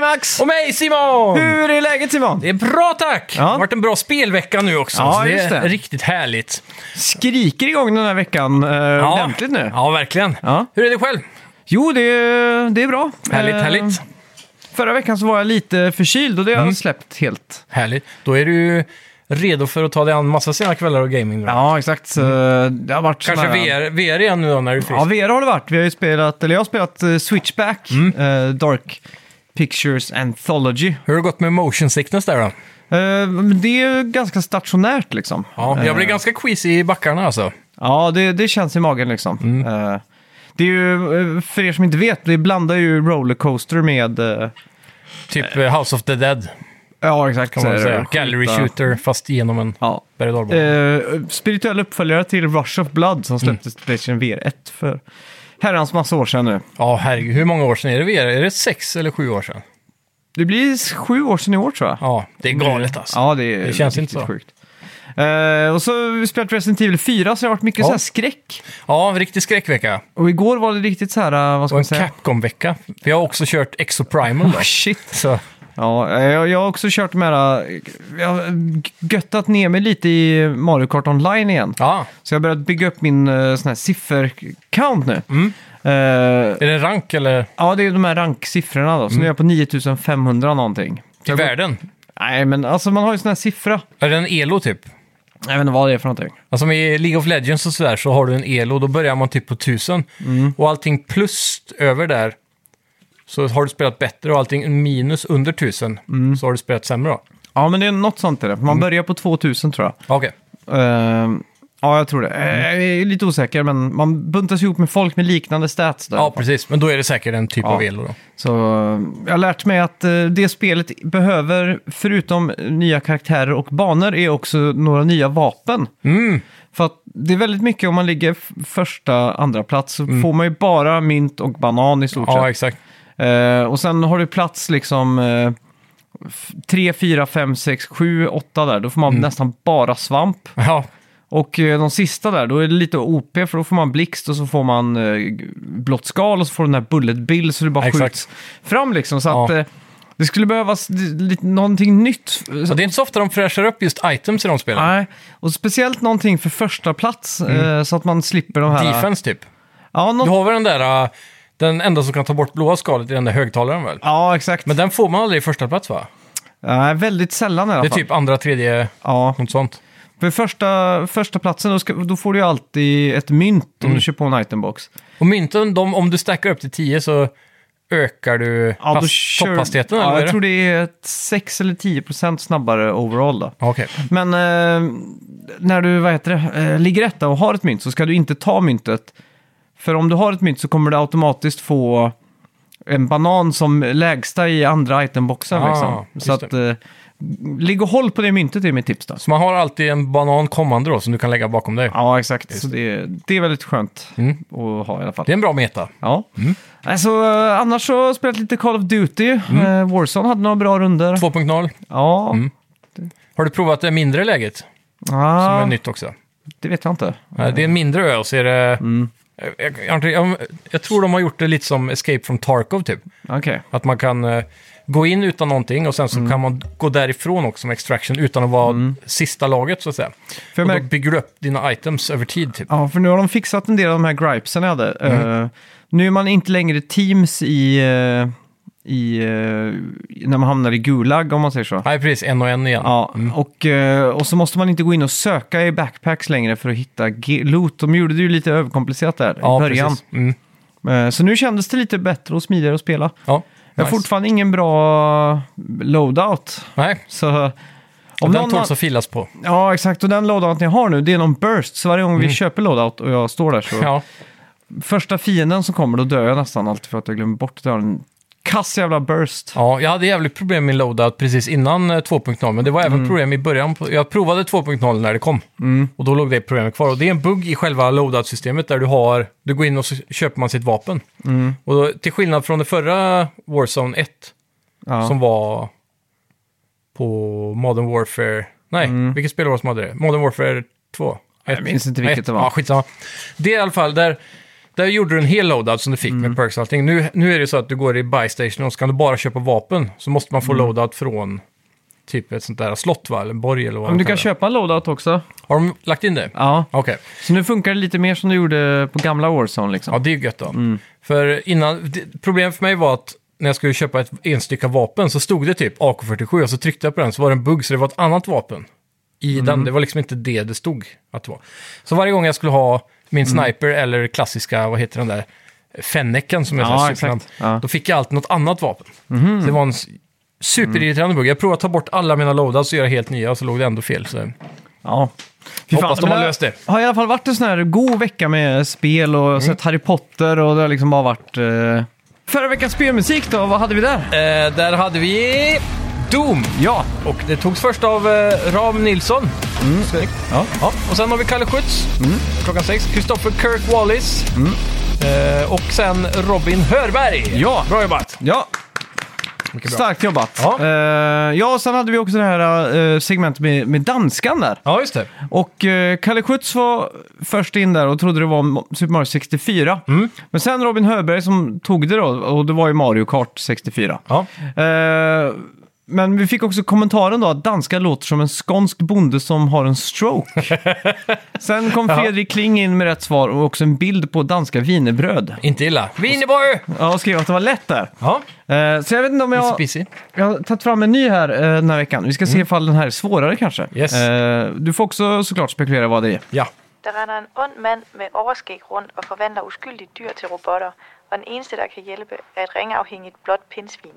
Max! Och mig Simon! Hur är läget Simon? Det är bra tack! Mm. Ja. Det har varit en bra spelvecka nu också. Ja, så det, just är det. riktigt härligt. Skriker igång den här veckan eh, ordentligt nu. Ja, verkligen. Ja. Hur är det själv? Jo, det, det är bra. Härligt, Eh, härligt. Mm. Förra veckan så var jag lite förkyld och det har jag släppt helt. Härligt. Då är du redo för att ta dig an massa sena kvällar och gaming. va? Ja, exakt. Så Det har varit Mm. Kanske sån här- VR, VR igen nu då när du är frisk. Ja, VR har det varit. Vi har ju spelat, eller jag har spelat eh, Switchback, Mm. eh, Dark Pictures Anthology. Hur har det gått med motion sickness där då? Eh, men det är ju ganska stationärt liksom. Ja, jag Eh, blev ganska queasy i backarna alltså. Ja, det, det känns i magen liksom. Mm. Eh, det är ju, eh, för er som inte vet, vi blandar ju rollercoaster med... eh, Typ eh, House of the Dead ja, exakt. kan man väl så är det. säga. Gallery Mm. Skjuta. shooter fast genom en eh, Ja. berg och dalbana. Eh, spirituell uppföljare till Rush of Blood Mm. som släpptes till Playstation VR 1 för herrans massa år sedan nu. Ja, herregud. Hur många år sedan är det VR? Är det sex eller sju år sedan? Det blir sju år sedan i år tror jag. Ja, det är galet alltså. Ja, det, är Det känns inte riktigt så. sjukt. Eh, och så har vi spelat Resident Evil 4 så det har varit mycket Ja. så här skräck. Ja, riktig skräckvecka. Och igår var det riktigt så här, eh, vad ska Och en man säga? Capcom-vecka. Vi har också kört Exoprimal då. Oh, shit. Så, Ja, eh, jag, jag har också kört med här, eh, jag har göttat ner mig lite i Mario Kart Online igen. ja. Så jag har börjat bygga upp min eh, sån här siffercount nu. Eh, Är det rank eller Ja, det är de här ranksiffrorna då. Så nu är jag på 9500 någonting. i världen? Nej, men alltså man har ju sån här siffra. Är det en elo typ? Jag vet inte vad det är för någonting. Alltså i League of Legends och sådär så har du en elo, då börjar man typ på 1000. Mm. Och allting plus över där så har du spelat bättre och allting minus under 1000 Mm. så har du spelat sämre då. Ja, men det är något sånt är det. Man börjar på 2000 tror jag. Okej. Ehm, ja, jag tror det. Eh, Jag är lite osäker, men man buntas ihop med folk med liknande stats där. Ja, precis. Men då är det säkert en typ Ja. av elo då. Så eh, jag har lärt mig att eh, det spelet behöver, förutom nya karaktärer och banor, är också några nya vapen. Mm. För att det är väldigt mycket om man ligger f- första, andra plats så får man ju bara mynt och banan i stort sett. Ja, exakt. Eh, och sen har du plats liksom eh, 3, 4, 5, 6, 7, 8 där. Då får man nästan bara svamp. Ja, Och eh, de sista där, då är det lite OP för då får man blixt och så får man eh, g- blått skal och så får du den här bullet bill så du bara Exakt. skjuts fram liksom. Så Ja. att eh, det skulle behövas d- lite, någonting nytt. så det är inte så ofta de fräschar upp just items i de spelen. Nej, och speciellt någonting för första plats eh, så att man slipper de här... Mm. Defense typ. Ja, Du något... har väl den där, äh, den enda som kan ta bort blåa skalet i den där högtalaren väl? ja exakt. Men den får man aldrig i första plats va? Nej, väldigt sällan i alla Det är fall. typ andra, tredje, Ja, något sånt. För första, första platsen, då, ska, då får du ju alltid ett mynt om Mm. du köper på en itembox. Och mynten, de, om du stackar upp till 10 så ökar du Ja, ja, då kör- topphastigheten eller ja, vad är jag det? tror det är ett 6 eller 10 procent snabbare overall då. Ja, Okej. Men eh, när du, vad heter det, eh, ligger etta och har ett mynt så ska du inte ta myntet. För om du har ett mynt så kommer du automatiskt få en banan som lägsta i andra itemboxen. Ah, liksom. just Så att, eh, ligg och håll på det myntet är mitt tips då. Så man har alltid en banan kommande då som du kan lägga bakom dig. Ja, exakt. Så det, det är väldigt skönt Mm. att ha i alla fall. Det är en bra meta. Ja. Alltså, eh, annars så har jag spelat lite Call of Duty. Mm. Eh, Warzone hade några bra runder. 2.0. Ja, Mm. Har du provat det mindre läget? Som ah, är nytt också. det vet jag inte. Nej, Det är en mindre ö och så är det... Mm. Jag, jag, jag, jag- jag tror de har gjort det lite som Escape from Tarkov typ. Okej. Att man kan eh, gå in utan någonting och sen så Mm. kan man gå därifrån också med extraction utan att vara sista laget så att säga. För Mm. jag och då märk- bygger du upp dina items över tid typ. Ja, för nu har de fixat en del av de här gripesen jag hade. Mhm. Eh, nu är man inte längre teams i, eh, i eh, när man hamnar i Gulag, om man säger så. Nej, precis. En och en igen. Ja, och, eh, och så måste man inte gå in och söka i backpacks längre för att hitta ge- loot. De gjorde det ju lite överkomplicerat där Ja, i början. precis. Mm. Eh, Så nu kändes det lite bättre och smidigare att spela. Ja, Jag har nice. fortfarande ingen bra loadout. Nej, Så om om den någon tåls har... att filas på. Ja, exakt. Och den loadout jag har nu, det är någon burst. Så varje gång vi köper loadout och jag står där så... Mm. Ja. Första fienden som kommer, då dör jag nästan alltid för att jag glömmer bort att jag har en kass jävla burst. ja, jag hade jävligt problem med loadout precis innan eh, 2.0, men det var även Mm. problem i början. På, jag provade 2.0 när det kom och då låg det problemet kvar. Och det är en bugg i själva loadout-systemet där du har, du går in och så köper man sitt vapen. Mm. Och då, till skillnad från det förra Warzone 1, Ja. som var på Modern Warfare... Nej, vilket spel var det som hade det? Modern Warfare 2? Jag Mm. minns inte vilket det var. Ja, skitsamma. Det är i alla fall där, Där gjorde du en hel loadout som du fick Mm. med perks och allting. Nu, nu är det så att du går i buy station och så kan du bara köpa vapen. Så måste man få Mm. loadout från typ ett sånt där slott va? Eller en borg eller vad Men man du kan kallar köpa en loadout också. det. Har de lagt in det? Ja. Okej. Så nu funkar det lite mer som du gjorde på gamla Warzone liksom. Ja, det är ju gött då. För innan, det- problemet för mig var att när jag skulle köpa ett enstaka vapen så stod det typ AK47 och så tryckte jag på den så var det en bugg så det var ett annat vapen i den. Det var liksom inte det det stod att det var. Så varje gång jag skulle ha min sniper eller klassiska, vad heter den där, Fenneken som är så Ja, här exakt. supersnabb, Ja. då fick jag alltid något annat vapen. Så det var en s- superirriterande bugg. Jag provade att ta bort alla mina loadouts och göra helt nya och så låg det ändå fel. Så. Ja. Hoppas de men har det löst det. Mm. Har i alla fall varit en sån här god vecka med spel och sett Harry Potter och det har liksom bara varit... Eh... Förra veckans spelmusik då, vad hade vi där? Eh, där hade vi Doom. Ja, Och det togs först av eh, Ram Nilsson. Snyggt. Ja. Ja. Och sen har vi Kalle Schütz, klockan sex. Christopher Kirk Wallis. Eh, och sen Robin Hörberg. Ja. Bra jobbat. ja. Mycket bra. starkt jobbat. Ja. Eh, ja, och sen hade vi också det här eh, segmentet med, med danskan där. Ja, just det. Och eh, Kalle Schütz var först in där och trodde det var Mo- Super Mario 64. Men sen Robin Höberg som tog det då, och det var ju Mario Kart 64. Ja. Eh, men vi fick också kommentaren då att danska låter som en skånsk bonde som har en stroke. Sen kom Fredrik Kling in med rätt svar och också en bild på danska wienerbröd. Inte illa. Wienerborg! Ja, och skrev att det var lätt där. Ja, Eh, så jag vet inte om easy jag... peasy. Jag har tagit fram en ny här eh, den här veckan. Vi ska se ifall den här är svårare kanske. Yes. Eh, du får också såklart spekulera vad det är. Ja. Der render en ond mand med overskæg rundt og forvandler uskyldige dyr til robotter, og den eneste, der kan hjælpe, er et ringafhængigt blåt pindsvin.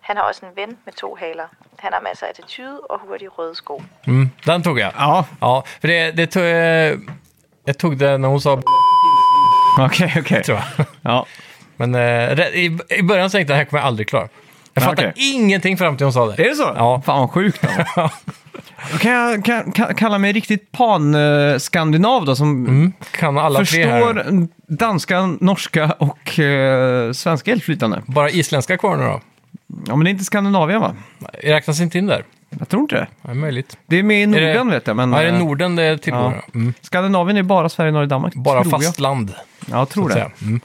Han har også en ven med to haler. Han har masser af attitude og hurtige røde sko. Mm, den tog jag. Ja, Ja, för det, det tog... eh, Jag tog det när hon sa okej, okej. tror jag. Ja. Men eh, re- i, i början tänkte jag det här kommer jag aldrig klara. Jag Ja, fattade okej. ingenting fram till hon sa det. Är det så? Ja. Fan vad sjukt. alltså. Då kan jag kan, kan, kalla mig riktigt pan-skandinav då som Mm, kan alla tre här. förstår danska, norska och eh, svenska helt flytande. Bara isländska kvar nu då? Ja, men det är inte Skandinavien va? Nej, Räknas inte in där? Jag tror inte det. Ja, möjligt. Det är med i det- Norden vet jag, men Ja, är det eh, Norden det tillhör? ja. Mm. Skandinavien är bara Sverige, Norge, Danmark. Bara tror jag. fastland. Ja, jag tror Så det. att säga. Mm.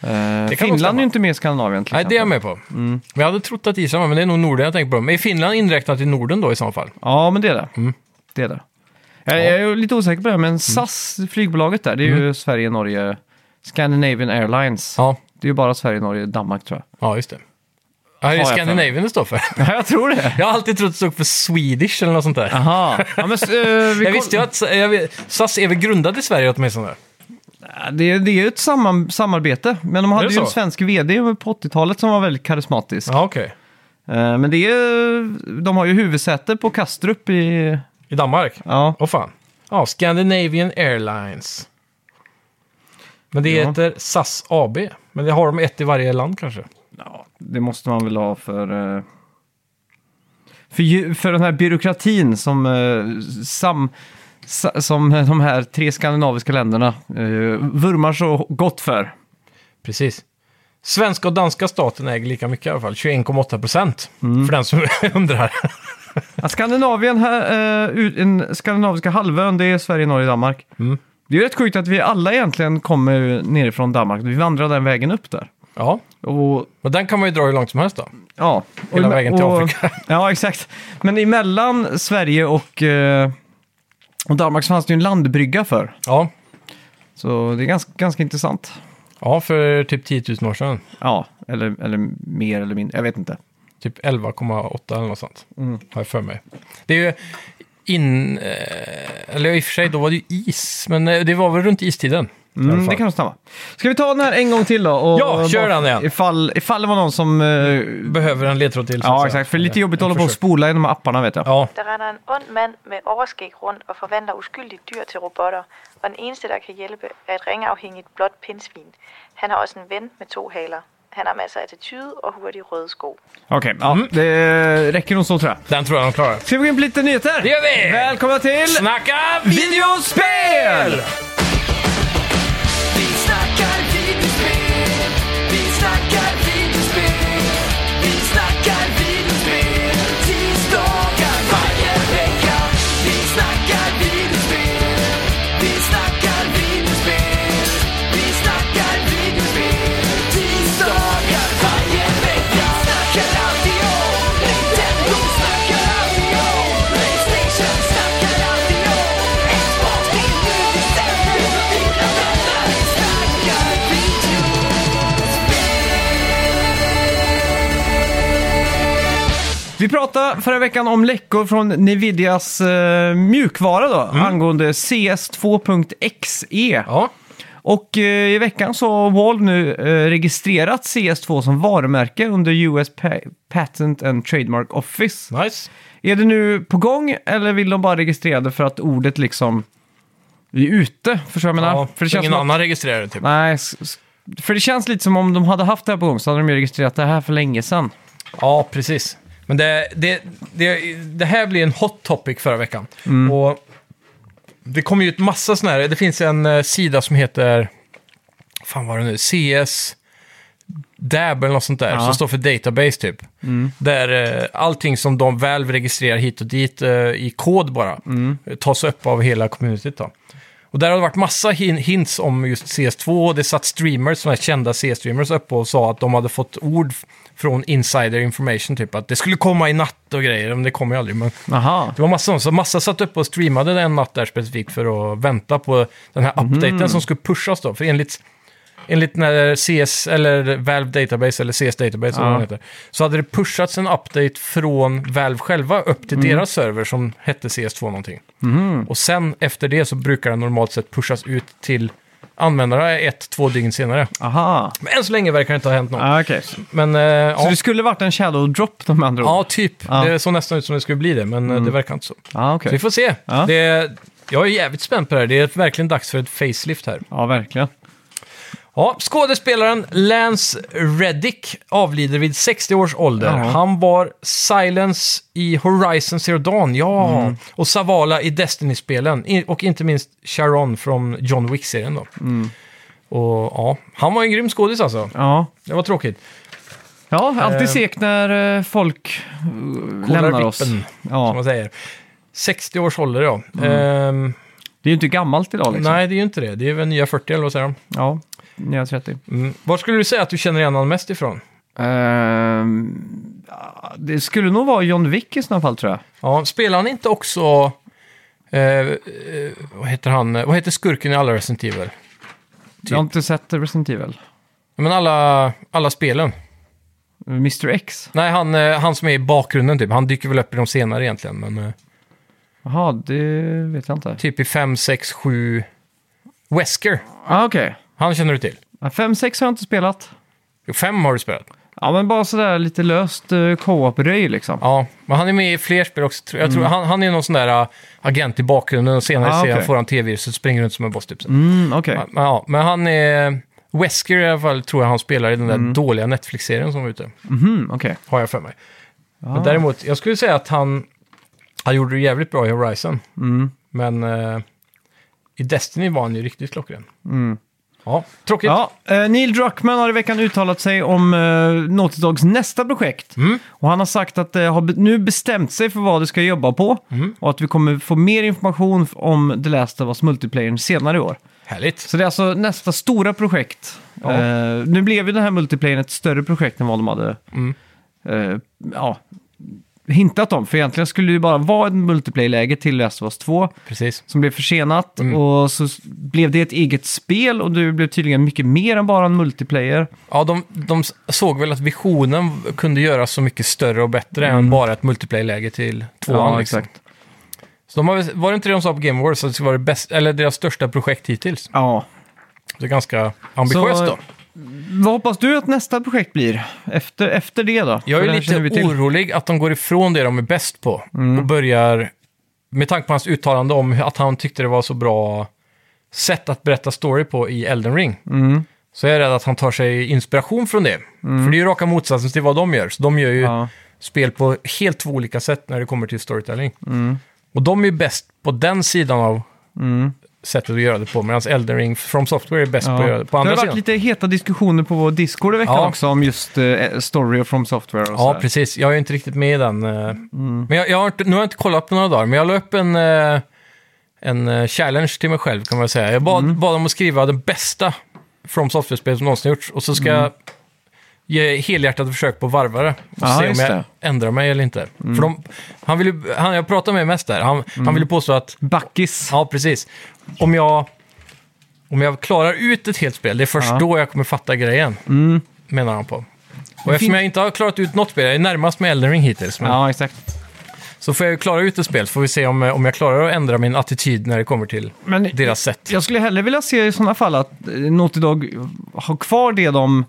Eh, Det kan nog Finland stämma. är ju inte med i Skandinavien till Nej, det är jag exempel. med på. Men jag hade trott att Island var, men det är nog Norden jag tänker på. Men är Finland inräknat i Norden då i så fall? Ja, men det är det. Mm. Det är det. Jag, jag är ju lite osäker på det, här, men SAS, flygbolaget där, det är ju Sverige, Norge, Scandinavian Airlines. Mm. Ja, Det är ju bara Sverige, Norge, Danmark tror jag. ja just det. Ja, det är jag för mig. Scandinavian det står för. Ja, jag tror det. Jag har alltid trott det stod för Swedish eller något sånt där. Aha. Ja, men, eh, vi Jag kom- visste ju att jag, vet- SAS är väl grundad i Sverige åtminstone. Ja, Det, det är ju ett samman, samarbete, men de hade det ju en så? svensk vd på 80-talet som var väldigt karismatisk. Ja, okej. Eh, Men det är, de har ju huvudsäte på Kastrup i... I Danmark? Ja, Åh fan. Ja, Scandinavian Airlines. Men det Ja. heter SAS AB. Men det har de ett i varje land kanske. det måste man väl ha för... eh, För, ju- för den här byråkratin som, eh, sam, sa- som de här tre skandinaviska länderna eh, vurmar så gott för. Precis. Svenska och danska staten äger lika mycket i alla fall. 21,8 procent. Mm. För den som undrar. Ja, Skandinavien, här, eh, ut- en skandinaviska halvön, det är Sverige, Norge, Danmark. Det är ju rätt sjukt att vi alla egentligen kommer nerifrån Danmark. Vi vandrar den vägen upp där. Ja, Och, men den kan man ju dra hur långt som helst då. ja, och, Hela vägen till Afrika. Ja, exakt. Men emellan Sverige och, eh, och Danmark så fanns det ju en landbrygga för. Ja, Så det är ganska, ganska intressant. ja för typ 10 000 år sedan. Ja, eller, eller mer eller mindre. Jag vet inte. Typ 11,8 eller något sånt. Mm. Har jag för mig. Det är ju in... eh, Eller i och för sig, då var det ju is. Men eh, det var väl runt istiden. i alla Mm, fall. det kan stämma. Ska vi ta den här en gång till då? Och Ja, kör bara- den igen. Ifall, ifall det var någon som... eh, Behöver en ledtråd till. så att Ja, säga. exakt. För det är lite jobbigt att Jag hålla på och försöker. spola i de här apparna vet jag. Ja, Der render en ond mand med overskæg rundt og forvandler uskyldige dyr til robotter, og den eneste, der kan hjælpe, er et ringafhængigt blåt pindsvin. Han har også en ven med to haler. Han har masser af attitude og hurtige røde sko. Okej, ja, Mm. det räcker nog så tror jag. den tror jag de klarar. Ska vi gå in på lite nyheter? Det gör vi! Välkomna till... Snacka videospel! Videospel! Vi snackar videospel, vi snackar videospel, vi snackar videospel, tisdagar varje vecka. Vi snackar videospel, vi snackar videospel, vi snackar videospel Vi pratade förra veckan om läckor från Nvidias eh, mjukvara då, Mm. angående CS2.exe. Ja, E. Och eh, i veckan så har Valve nu eh, registrerat CS2 som varumärke under US pa- Patent and Trademark Office. nice. Är det nu på gång eller vill de bara registrera det för att ordet liksom är ute? Förstår jag vad jag menar? Ja, för det känns ingen som att- annan registrerar det typ. Nej, s- s- för det känns lite som om de hade haft det här på gång så hade de ju registrerat det här för länge sedan. Ja, precis. Men det, det, det, det här blir en hot topic förra veckan. Och det kommer ju ut massa sådana här, det finns en eh, sida som heter, fan vad är det nu, CS Dab eller något sånt där, Ja. som står för database typ. Där eh, allting som de Valve registrerar hit och dit eh, i kod bara eh, tas upp av hela communityt då. Och där har det varit massa hin- hints om just CS2. Det satt streamers, som är kända CS-streamers, uppe och sa att de hade fått ord f- från insider information, typ att det skulle komma i natt och grejer, men det kom ju aldrig. Men Aha. det var massa sånt, så massa satt uppe och streamade en natt där specifikt för att vänta på den här Mm. updaten som skulle pushas då. För enligt, enligt den här CS, eller Valve Database, eller CS Database, eller vad den heter, så hade det pushats en update från Valve själva upp Mm. till deras server som hette CS2 någonting. Och sen efter det så brukar den normalt sett pushas ut till användare ett, två dygn senare. Aha. Men än så länge verkar det inte ha hänt något. Ah, okej. Men, eh, Så ja. det skulle varit en shadow drop de andra ja, typ. Ja. Mm. Det såg nästan ut som det skulle bli det, men eh, det verkar inte så. Ja, Ah, okej. Så vi får se. Ja. Det, jag är jävligt spänd på det här. Det är verkligen dags för ett facelift här. Ja, verkligen. Ja, skådespelaren Lance Reddick avlider vid 60 års ålder. Ja. Han var Silence i Horizon Zero Dawn, ja. Mm. Och Savala i Destiny-spelen. I- Och inte minst Sharon från John Wick-serien då. Mm. Och ja, han var en grym skådis alltså. Ja. Det var tråkigt. Ja, alltid Eh. sekt när eh, folk eh, lämnar oss. vippen, Som Ja. man säger. 60 års ålder ja. Mm. Ehm, Det är ju inte gammalt idag liksom. nej, det är ju inte det. Det är väl nya 40 eller vad säger de? Ja, när jag är 30. Mm. Var skulle du säga att du känner igen honom mest ifrån? Ehm, ja, det skulle nog vara John Wick i sådana fall tror jag. Ja, spelar han inte också... Eh, eh, vad heter han? Vad heter skurken i alla Resident Evil? Typ. Jag har inte sett Resident Evil. Ja, Men alla, alla spelen. Mr X? Nej, han, eh, han som är i bakgrunden typ. Han dyker väl upp i de senare egentligen. Men eh, Jaha, det vet jag inte. typ i 5, 6, 7... Wesker. Ah, Okej. Han känner du till. Ja, fem sex har jag inte spelat. Jo, 5 har du spelat. Ja, men bara sådär lite löst eh, co-op-röj liksom. Ja, men han är med i fler spel också. tror Jag Jag tror, han, han är någon sån där äh, agent i bakgrunden och senare Mm. Ah, ser han okej. får han TV-viruset springer runt som en boss typ. så. Mm, okej. Ja, men ja, men han är... Wesker i alla fall tror jag han spelar i den där Mm. dåliga Netflix-serien som var ute. Mhm, okej. har jag för mig. Ah. Men däremot, jag skulle säga att han, han gjorde det jävligt bra i Horizon. Mm. Men eh, i Destiny var han ju riktigt klockren. Ja, tråkigt. Mm. Ja, eh, Neil Druckmann har i veckan uttalat sig om eh, Naughty Dogs nästa projekt. Mm. Och han har sagt att det har be- nu bestämt sig för vad det ska jobba på. Mm. Och att vi kommer få mer information f- om The Last of Us Multiplayer senare i år. Härligt. Så det är alltså nästa stora projekt. Ja. Eh, nu blev ju den här multiplayern ett större projekt än vad de hade Mm. eh, ja, hintat om. För egentligen skulle det ju bara vara ett multiplayer-läge till Last of Us 2 Precis. som blev försenat. Mm. Och så s- blev det ett eget spel och det blev tydligen mycket mer än bara en multiplayer. Ja, de, de såg väl att visionen kunde göras så mycket större och bättre än bara ett multiplayer-läge till tvåan. liksom. Mm. exakt. Så de har, väl- var det inte det de sa på Game Awards, att det skulle vara det bäst, eller deras största projekt hittills? Ja. Det är ganska ambitiöst Så- då. Vad hoppas du att nästa projekt blir efter, efter det då? Jag För det är här känner vi lite till. Mm. orolig att de går ifrån det de är bäst på och börjar, med tanke på hans uttalande om att han tyckte det var så bra sätt att berätta story på i Elden Ring, Mm. så är jag rädd att han tar sig inspiration från det. För det är ju raka motsatsen till vad de gör. Så de gör ju Ja. spel på helt två olika sätt när det kommer till storytelling. Mm. Och de är ju bäst på den sidan av sättet att göra det på, medan Elden Ring from Software är bäst på att göra det på det andra har varit sidan. lite heta diskussioner på vår Discord i veckan Ja. också om just eh, Story och From Software och Mm. Ja, sådär. precis. Jag är ju inte riktigt med i den. eh. Men jag, jag har inte, nu har jag inte kollat på några dagar, men jag la upp en, eh, en eh, challenge till mig själv kan man säga. Jag bad, Mm. bad om att skriva det bästa From Software-spel som någonsin gjorts och så ska Mm. jag ge helhjärtat försök på varvare och Ja, se om just jag det. Mm. ändrar mig eller inte. För de, han vill ju, han jag pratade med mest där, han, han ville påstå att Backis. Ja, precis. Om jag, om jag klarar ut ett helt spel, det är först Ja. Mm. då jag kommer fatta grejen, menar han på. Och eftersom jag inte har klarat ut något spel, jag är närmast med Elden Ring hittills, men, Ja, exakt. så får jag ju klara ut ett spel, så får vi se om, om jag klarar att ändra min attityd när det kommer till Men deras sätt. jag skulle hellre vilja se i sådana fall att eh, Naughty Dog har kvar det de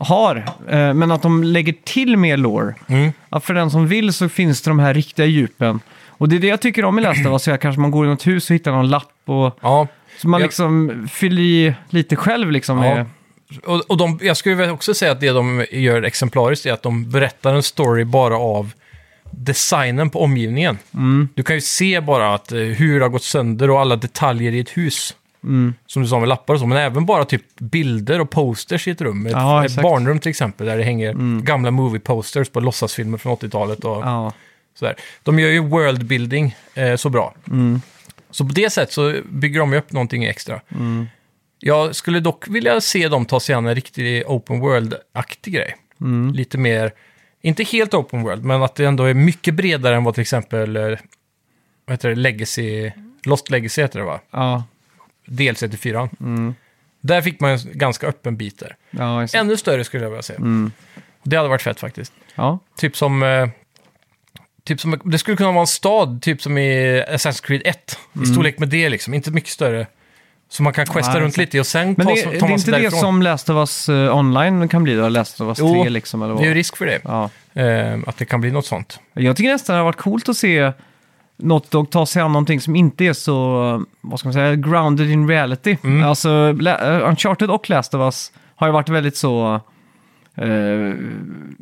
har, eh, men att de lägger till mer lore. Mm. Att för den som vill så finns det de här riktiga djupen. Och det är det jag tycker om i Last of Us, så jag kanske man går i något hus och hittar någon lapp och Ja, så man Jag- liksom fyller i lite själv liksom. Ja. med- och, och de, jag skulle väl också säga att det de gör exemplariskt är att de berättar en story bara av designen på omgivningen. Mm. Du kan ju se bara att, eh, hur det har gått sönder och alla detaljer i ett hus. Mm. Som du sa med lappar och så, men även bara typ bilder och posters i ett rum. Ett, Ja, ett exakt. Mm. barnrum till exempel, där det hänger gamla movie posters på låtsasfilmer från 80-talet. Och, Ja. Sådär. De gör ju world building eh, så bra. Så på det sättet så bygger de ju upp någonting extra. Jag skulle dock vilja se dem ta sig an en riktig open world-aktig grej. Lite mer, inte helt open world, men att det ändå är mycket bredare än vad till exempel eh, vad heter det, Legacy, Lost Legacy heter det va? Ja, DLC till 4. Där fick man ju en ganska öppen bit där. ja, exakt. Ännu större skulle jag vilja se. Det hade varit fett faktiskt. ja. Typ som... eh, Typ som, det skulle kunna vara en stad, typ som i Assassin's Creed 1. I storlek med det liksom, inte mycket större. Så man kan questa Mm. Nej, runt exakt. lite och sen Men ta, det, tar det man är inte sig det därifrån. som Last of Us eh, online kan bli då? Last of Us Jo, 3 liksom? Eller Det är ju vad? risk för det. Ja. Eh, att det kan bli något sånt. Jag tycker nästan det har varit coolt att se Naughty Dog ta sig an någonting som inte är så, vad ska man säga, grounded in reality. Mm. Alltså, La- eh, Uncharted och Last of Us har ju varit väldigt så... eh,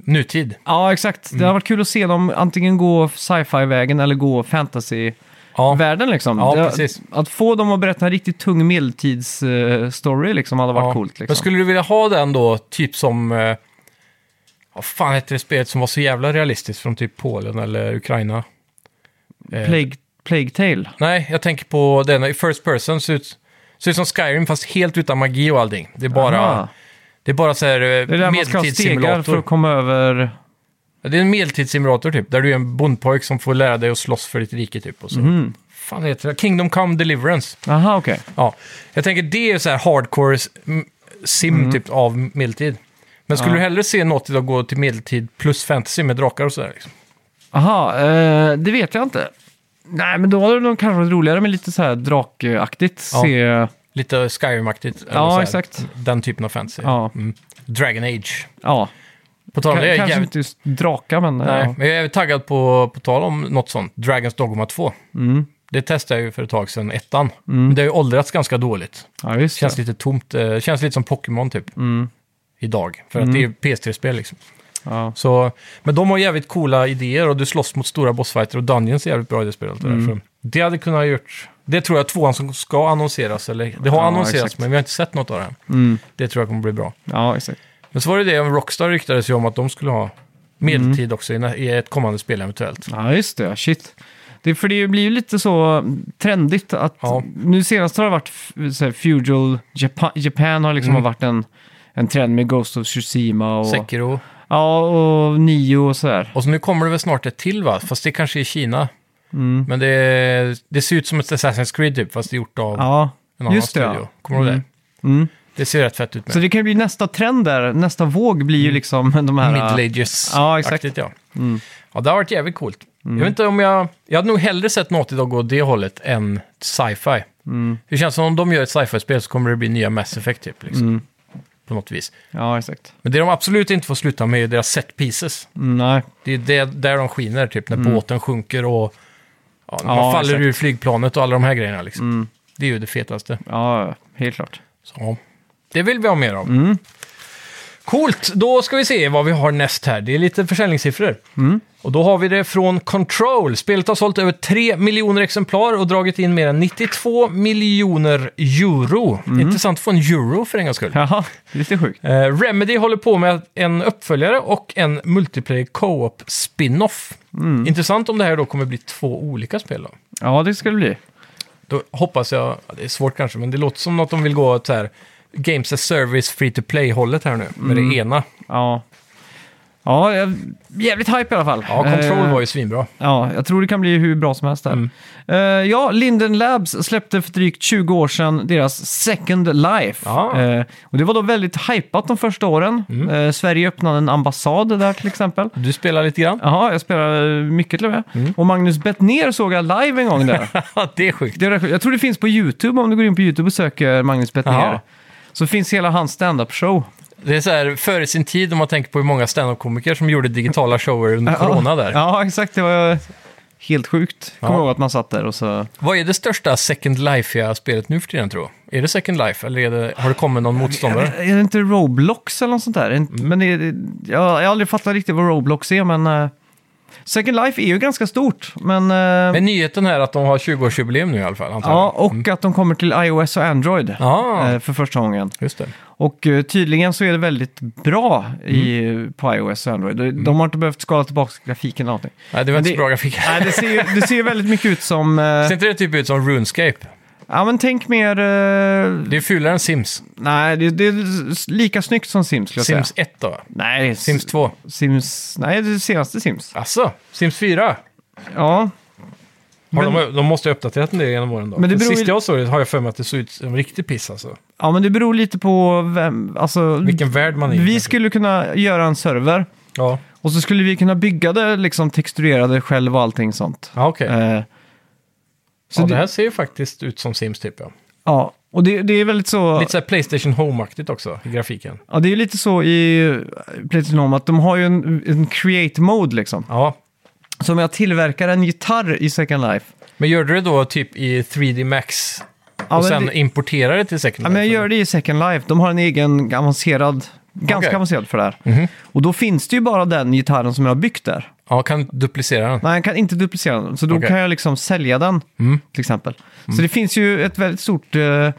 Nutid. ja, exakt. Mm. Det har varit kul att se dem antingen gå sci-fi-vägen eller gå fantasy-världen Ja, liksom. Ja, Det har- precis. Att få dem att berätta en riktigt tung medeltids-story liksom hade varit ja. coolt. Liksom. Men skulle du vilja ha den då, typ som... Eh, vad fan hette det spelet som var så jävla realistiskt från typ Polen eller Ukraina? Eh, Plague, Plague Tale. Nej, jag tänker på den i First Person. Ser ut, ser ut som Skyrim fast helt utan magi och allting. Det är bara... Aha. Det är bara så här eh, Det är där man ska ha stegar för medeltidssimulator. att komma över... Ja, Det är en medeltidssimulator typ, där du är en bondpojk som får lära dig att slåss för ditt rike typ. Och så. Mhm. Fan heter det? Kingdom Come Deliverance. Aha, okej. Ja. Jag tänker det är så här hardcore s- m- sim Mhm. typ av medeltid. Men skulle du hellre se något idag gå till medeltid plus fantasy med drakar och sådär? Liksom? Aha, eh, det vet jag inte. Nej, men då hade det nog kanske varit roligare med lite så här drakaktigt. Ja. Se, Lite Skyrim-aktigt. eller Ja, så här, exakt. Den typen av fantasy. ja, Dragon Age. ja. På tal om det, Ka- jag är kanske jävligt inte just drakar, men... Nej, Ja. men jag är taggad på, på tal om något sånt. Dragons Dogma 2. Mm. Det testade jag ju för ett tag sedan, ettan. Men det har ju åldrats ganska dåligt. ja, Mm. just Känns det. lite tomt. eh, känns lite som Pokémon typ. Idag. För Mm. att det är ju PS3-spel liksom. Ja. Så, men de har jävligt coola idéer och du slåss mot stora bossfighter och Dungeons är jävligt bra i det spelet. Mm. Så det hade kunnat ha gjort... Det tror jag tvåan som ska annonseras, eller det har Ja, annonserats exakt. men vi har inte sett något av det. än. Det tror jag kommer bli bra. Mm. ja, exakt. Men så var det det om Rockstar ryktades ju om att de skulle ha medeltid Mm. också i, nä- i ett kommande spel eventuellt. Ja, just det. Shit. Det, för det blir ju lite så trendigt att... Ja. Nu senast har det varit f- så här, Feudal Japan, Japan har liksom Mm. varit en, en trend med Ghost of Tsushima och... Sekiro. Ja, och Nio och sådär. Och så nu kommer det väl snart ett till va? Fast det kanske är i Kina. Mm. Men det, det ser ut som ett Assassin's Creed typ, fast det är gjort av Ja, en annan just det, ja. studio. Kommer du ihåg Mm. det? Mm. Det ser rätt fett ut med. Så det kan ju bli nästa trend där. Nästa våg blir ju liksom de här... Mm. Middle Ages. Ja, exakt. Mm. aktigt, ja. ja, det har varit jävligt coolt. Jag vet inte om jag... Jag hade nog hellre sett något idag gå åt det hållet än sci-fi. Mm. Det känns som om de gör ett sci-fi-spel så kommer det bli nya Mass Effect typ. Liksom. Mm. På något vis. Ja, exakt. Men det de absolut inte får sluta med är deras set pieces. Mm, nej. Det är det, där de skiner, typ när båten sjunker och ja, när Mm. Ja, man faller exakt. Mm. ur flygplanet och alla de här grejerna. Liksom. Det är ju det fetaste. Ja, helt klart. Så, ja. det vill vi ha mer av. Mm. Coolt, då ska vi se vad vi har näst här. Det är lite försäljningssiffror. Mm. Och då har vi det från Control. Spelet har sålt över 3 miljoner exemplar och dragit in mer än 92 miljoner euro. Mm. Intressant att få en euro för en gångs skull. Jaha, det är lite sjukt. Eh, Remedy håller på med en uppföljare och en multiplayer co-op spin-off. Mm. Intressant om det här då kommer bli två olika spel då. Ja, det ska det bli. Då hoppas jag, ja, det är svårt kanske, men det låter som något de vill gå Mm. åt så här Games as Service Free to Play-hållet här nu, med det ena. Ja. Ja, jag- jävligt hype i alla fall. Ja, Control Eh, var ju svinbra. Ja, jag tror det kan bli hur bra som helst där. Mm. Eh, ja, Linden Labs släppte för drygt 20 år sedan deras Second Life. Ja. Mm. Eh, och det var då väldigt hypat de första åren. Eh, Sverige öppnade en ambassad där till exempel. Du spelar lite grann? Jaha, jag spelade mycket till och med. Mm. Och Magnus Bettner såg jag live en gång där. det är sjukt. det är, jag tror det finns på YouTube, om du går in på YouTube och söker Magnus Bettner. Jaha. Så finns hela hans stand-up-show. Det är så här, före sin tid om man tänker på hur många standup-komiker som gjorde digitala shower under corona där. Ja, exakt. Det var helt sjukt. Kommer Ja. ihåg att man satt där och så... Vad är det största Second Life-iga spelet nu för tiden tror jag? Är det Second Life eller är det, har det kommit någon motståndare? Är det inte Roblox eller något sånt där? Är Mm. inte- Men är det, jag, jag har aldrig fattat riktigt vad Roblox är, men... eh, Second Life är ju ganska stort, men... eh, Men nyheten här är att de har 20-årsjubileum nu i alla fall, antagligen. ja, och att de kommer till iOS och Android Ja, eh, för första gången. just det. Och eh, tydligen så är det väldigt bra i, Mm. på iOS och Android. De, de har inte behövt skala tillbaka grafiken eller någonting. Nej, det var inte det- så bra grafik. Nej, det ser ju det ser ju väldigt mycket ut som... eh, Ser inte det typ ut som RuneScape? ja, men tänk mer... eh, Det är fulare än Sims. nej, det, det är s- lika snyggt som Sims, skulle jag säga. Sims 1 då? Nej, det är s- Sims 2? Sims... Nej, det är det senaste Sims. Alltså, Sims 4? Ja, Har Men- de, de måste ha uppdaterat det genom åren då. Men Men det det beror ju- Sist jag såg det har jag för mig att det såg ut som riktig piss alltså. ja men det beror lite på vem... Alltså, Vilken värld man är i. vi kanske. skulle kunna göra en server Ja, och så skulle vi kunna bygga det, liksom texturera det själv och allting sånt. ja okej. Eh, så ja, det- det här ser ju faktiskt ut som Sims typ. Ja. Ja, och det, det är väldigt så... Lite såhär Playstation Home-aktigt också i grafiken. Ja, det är ju lite så i eh, Playstation Home att de har ju en, en create mode liksom. Ja, Så om jag tillverkar en gitarr i Second Life. men gör du det då typ i 3D Max Ja, men och sen det, importerar det till Second ja, men jag Life? gör det i Second Life. De har en egen avancerad, ganska Okej. Mhm. avancerad för det här. Och då finns det ju bara den gitarren som jag har byggt där. Ja, kan duplicera den. Nej, jag kan inte duplicera den. Så då Okej. Mm. kan jag liksom sälja den, till exempel. Så det finns ju ett väldigt stort... Eh, eh,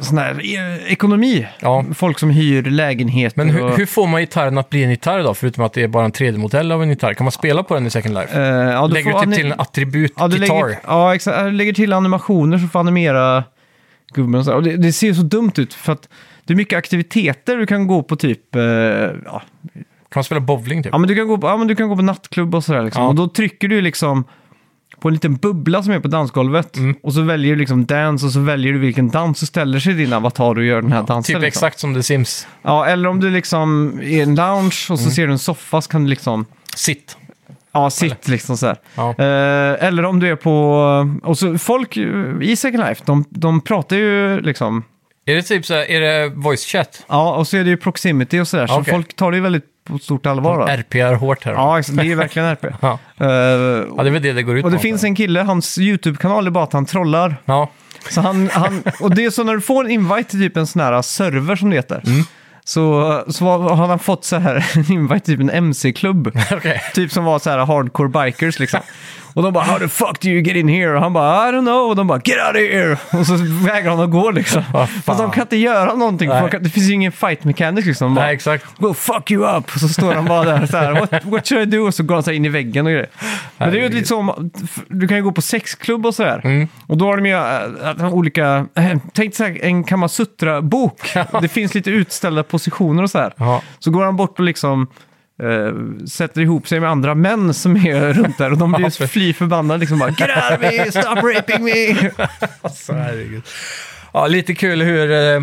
sån här eh, ekonomi. Ja. Folk som hyr lägenheter. Men hur, och, hur får man gitarren att bli en gitarr då? Förutom att det är bara en 3D-modell av en gitarr. Kan man spela på den i Second Life? eh, ja, då lägger får du typ ani- till en attribut, ja, du gitarr? lägger, ja, exakt. Du lägger till animationer så får animera gubben och så. här. Och det, det ser ju så dumt ut för att det är mycket aktiviteter du kan gå på typ... Eh, ja. Kan man spela bowling typ? Ja, men du kan gå på, ja, men du kan gå på nattklubb och sådär liksom. Ja. Och då trycker du liksom på en liten bubbla som är på dansgolvet. Mm. Och så väljer du liksom dans och så väljer du vilken dans så ställer sig din avatar och gör den här dansen. typ liksom. exakt som The Sims. Ja, eller om du liksom är i en lounge och så Mm. ser du en soffa så kan du liksom, Sitt. ja sitt liksom så här. Ja. Eh, eller om du är på, och så folk eh, i Second Life, de, de pratar ju liksom, Är det typ så här, är det voice chat? ja och så är det ju proximity och sådär. Så Okej. folk tar det ju väldigt på stort allvar. Då. RPR hårt här. Ja, exakt, det är ju verkligen RP. Ja. Eh, Ja, det är väl det det går ut Och det på, finns antar jag. en kille, hans YouTube-kanal är bara att han trollar. Ja, Så han, han, och det är så när du får en invite till typ en sån här server som det heter. Mm. Så, så har han fått så här en invite till typ en MC-klubb. okej. Typ som var så här hardcore bikers liksom. Och de bara “How the fuck do you get in here?” och han bara “I don't know” och de bara “Get out of here!” Och så vägrar han att gå liksom. Fast de kan inte göra någonting, för Nej. de kan, det finns ju ingen fight mechanic liksom. De bara, Nej, exakt. Go fuck you up! Och så står han bara där så här, what, what should I do? Och så går han så här in i väggen och grejer. Men det är ju Herregud. Mm. lite som, du kan ju gå på sexklubb och sådär. Och då har de ju äh, olika, äh, tänk så här en Kamasutra-bok. Det finns lite utställda positioner och så här. Ja. Så går han bort och liksom eh, sätter ihop sig med andra män som är runt där. Och de blir ju fly förbannade liksom bara, get out of me, stop raping me! Alltså, herregud. Ja, lite kul hur, eh,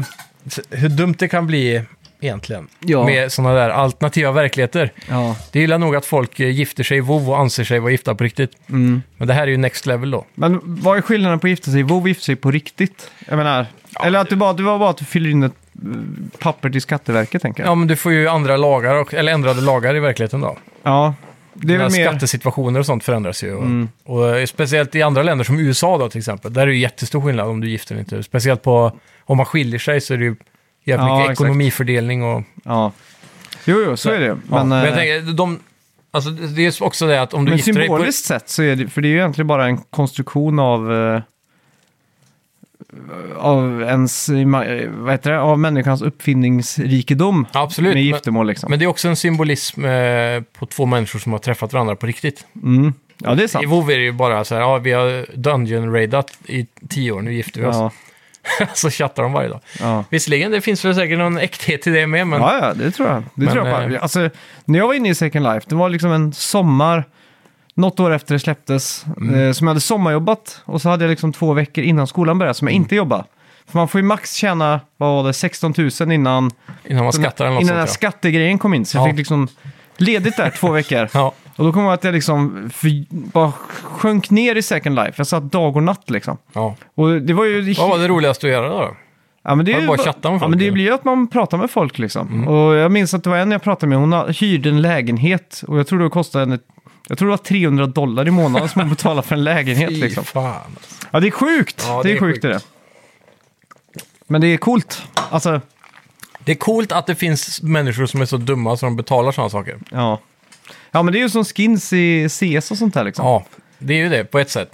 hur dumt det kan bli egentligen. Ja. Med sådana där alternativa verkligheter. Ja. Det gillar nog att folk eh, gifter sig i WoW och anser sig vara gifta på riktigt. Mm. Men det här är ju next level då. Men vad är skillnaden på att gifta sig? Vov gifter sig på riktigt. Jag menar, eller att det bara, det var bara att du fyller in ett eh, papper till Skatteverket tänker jag. Ja, men du får ju andra lagar, och, eller ändrade lagar i verkligheten då. Ja, det är väl Men mer... Mm. Skattesituationer och sånt förändras ju. Och, och, eh, speciellt i andra länder som USA då till exempel. Där är det ju jättestor skillnad om du är gift eller inte. Speciellt på, om man skiljer sig så är det ju jävligt Ja, mycket exakt. ekonomifördelning och... Ja. Jo, jo, så är det ju. Ja. Men, Men jag eh, tänker, de, alltså, det är också det att om du men gifter dig... på- symboliskt sett så är det, för det är ju egentligen bara en konstruktion av... eh, av ens, eh, ma- eh, vad heter det, av människans uppfinningsrikedom Ja, absolut. med Men, giftermål liksom. men det är också en symbolism eh, på två människor som har träffat varandra på riktigt. mm. Ja, det är I sant. WoW är det ju bara så här, ja, vi har dungeon raidat i tio år, nu gifter vi oss. Ja. så chattar de varje dag. Ja. Visserligen, det finns väl säkert någon äkthet i det med, men Ja, ja, det tror jag. Det tror jag på. eh, Alltså, när jag var inne i Second Life, det var liksom en sommar, något år efter det släpptes, Mm. eh, som jag hade sommarjobbat. Och så hade jag liksom två veckor innan skolan började Mm. som jag inte jobbade. För man får ju max tjäna, vad var det, 16 000 innan, innan man skattar eller något innan den här sånt. Ja. skattegrejen kom in. Så jag Ja. fick liksom ledigt där två veckor. Ja. Och då kom jag att jag liksom för, bara sjönk ner i Second Life. Jag satt dag och natt liksom. Ja. Och det var ju... Vad var det roligaste att göra då? då? Ja, men det är Har du ju bara chattat med ja, folk, Mm. men det eller? blir ju att man pratar med folk liksom. Och jag minns att det var en jag pratade med, hon ha- hyrde en lägenhet och jag tror det kostade henne, jag tror det var 300 dollar i månaden som hon betalade för en lägenhet Fy liksom. fan. Ja, det är sjukt! Ja, det, är sjukt det. Men det är coolt. Alltså, Det är coolt att det finns människor som är så dumma så de betalar sådana saker. ja. Ja, men det är ju som skins i CS och sånt här liksom. Ja, det är ju det på ett sätt.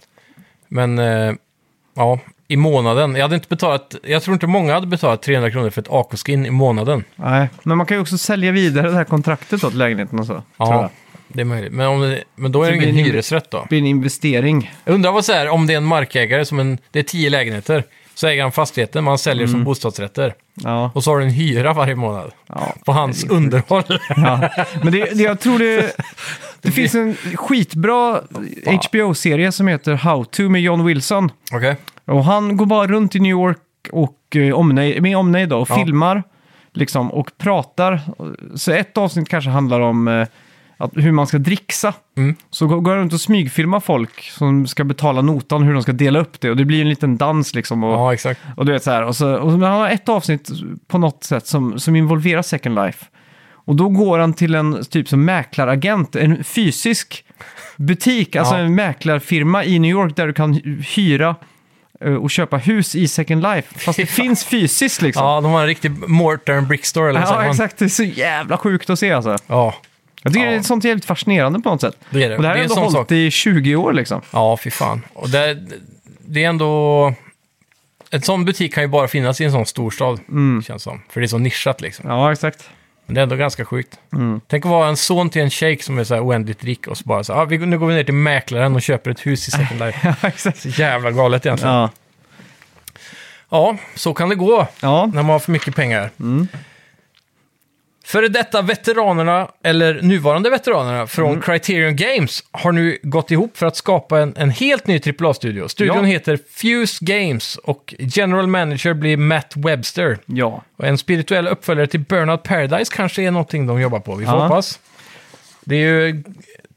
Men, eh, ja, i månaden. Jag hade inte betalat, jag tror inte många hade betalat 300 kronor för ett AK-skin i månaden. Nej, men man kan ju också sälja vidare det här kontraktet då till lägenheten och så. tror jag. Ja, det är möjligt. Men, om det, men då är det blir ingen det- hyresrätt då. Det blir en investering. Jag undrar vad så här, om det är en markägare som en, det är tio lägenheter, så äger han fastigheten, man säljer som bostadsrätter. Ja. Och så har du en hyra varje månad Mm. Ja, på hans underhåll. Ja. Men det, det, jag tror det... Det finns en skitbra HBO-serie som heter How to med John Wilson. Okej. Och han går bara runt i New York och eh, omnejd, med omnejd då, och Ja. filmar liksom, och pratar. Så ett avsnitt kanske handlar om eh, att, hur man ska dricksa. Mm. Så går går han runt och smygfilmar folk som ska betala notan, hur de ska dela upp det. Och det blir en liten dans liksom. Och, Ja, exakt. och du vet så här, och så, och så, men han har ett avsnitt på något sätt som, som involverar Second Life. Och då går han till en typ som mäklaragent, en fysisk butik, alltså Ja. en mäklarfirma i New York där du kan hy- hyra eh, och köpa hus i Second Life. Fast det finns fysiskt liksom. Ja, Ja, de har en riktig Mortar and Brick Store eller vad säger man? exakt. Det är så jävla sjukt att se alltså. Ja, Jag tycker Ja. det är sånt jävligt fascinerande på något sätt. Det är det. Och det här Det har är ändå en sån hållit sak. i 20 år liksom. ja fy fan. Och det, det är ändå... En sån butik kan ju bara finnas i en sån storstad, Mm. känns som. För det är så nischat liksom. Ja, exakt. Men det är ändå ganska sjukt. Mm. Tänk att vara en son till en shejk som är så här oändligt rik och så bara så här, ah, vi, nu går vi ner till mäklaren och köper ett hus i Second Life. Ja, exakt. Så jävla galet egentligen. Ja. Ja, så kan det gå Ja. Mm. när man har för mycket pengar. Före detta veteranerna, eller nuvarande veteranerna, från Mm. Criterion Games har nu gått ihop för att skapa en, en helt ny AAA-studio. Studion Ja. heter Fuse Games och general manager blir Matt Webster. ja. Och en spirituell uppföljare till Burnout Paradise kanske är någonting de jobbar på. Vi får Ja. hoppas. Det är ju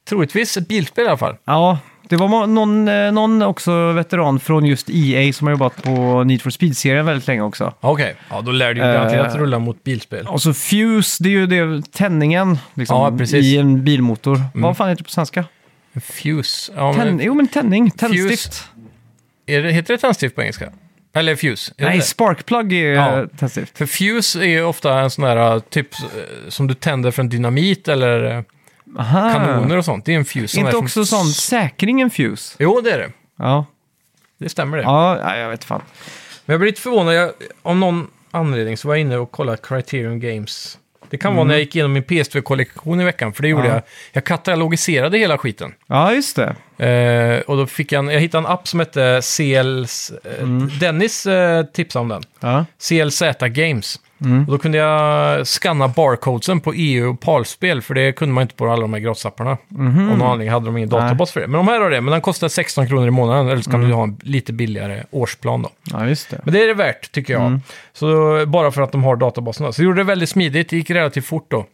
troligtvis ett bilspel i alla fall. Ja, det var må- någon, eh, någon också veteran från just EA som har jobbat på Need for Speed-serien väldigt länge också. Okej, ja, då lär det ju Eh. garanterat rulla mot bilspel. Och så Fuse, det är ju det, tändningen Ja, liksom, precis. i en bilmotor. Vad fan heter det på svenska? Fuse. Ja, men- Tän- jo, men tändning, tändstift. Är det, heter det tändstift på engelska? Eller fuse? Är det Nej, det? sparkplug är Ja. tändstift. För fuse är ju ofta en sån där typ eh, som du tänder från dynamit eller eh, Aha. kanoner och sånt. Det är en fuse. som är Ah. Inte från- också sån säkring en Fuse? Jo, det är det. Ja. Det stämmer det. Ja, nej, jag vet fan. Men jag blir lite förvånad. Jag, om någon anledning så var jag inne och kollade Criterion Games. Det kan vara när jag gick igenom min PS2-kollektion i veckan, för det gjorde Mm. Ja. jag. Jag katalogiserade hela skiten. Ja, just det. Eh, och då fick jag, en, jag hittade en app som hette CLs... Eh, Mm. Dennis eh, tipsade om den. Ja. CLZ Games. Och då kunde jag scanna barcodesen på EU och PAL-spel, för det kunde man inte på alla de här gratisapparna. Mm. Av någon anledning hade de ingen databas för det. Men de här har det, men den kostar 16 kronor i månaden, eller så kan du ha en lite billigare årsplan då. ja, just det. Men det är det värt, tycker jag. Så bara för att de har databasen då. Så det gjorde det väldigt smidigt, det gick relativt fort då. Eh,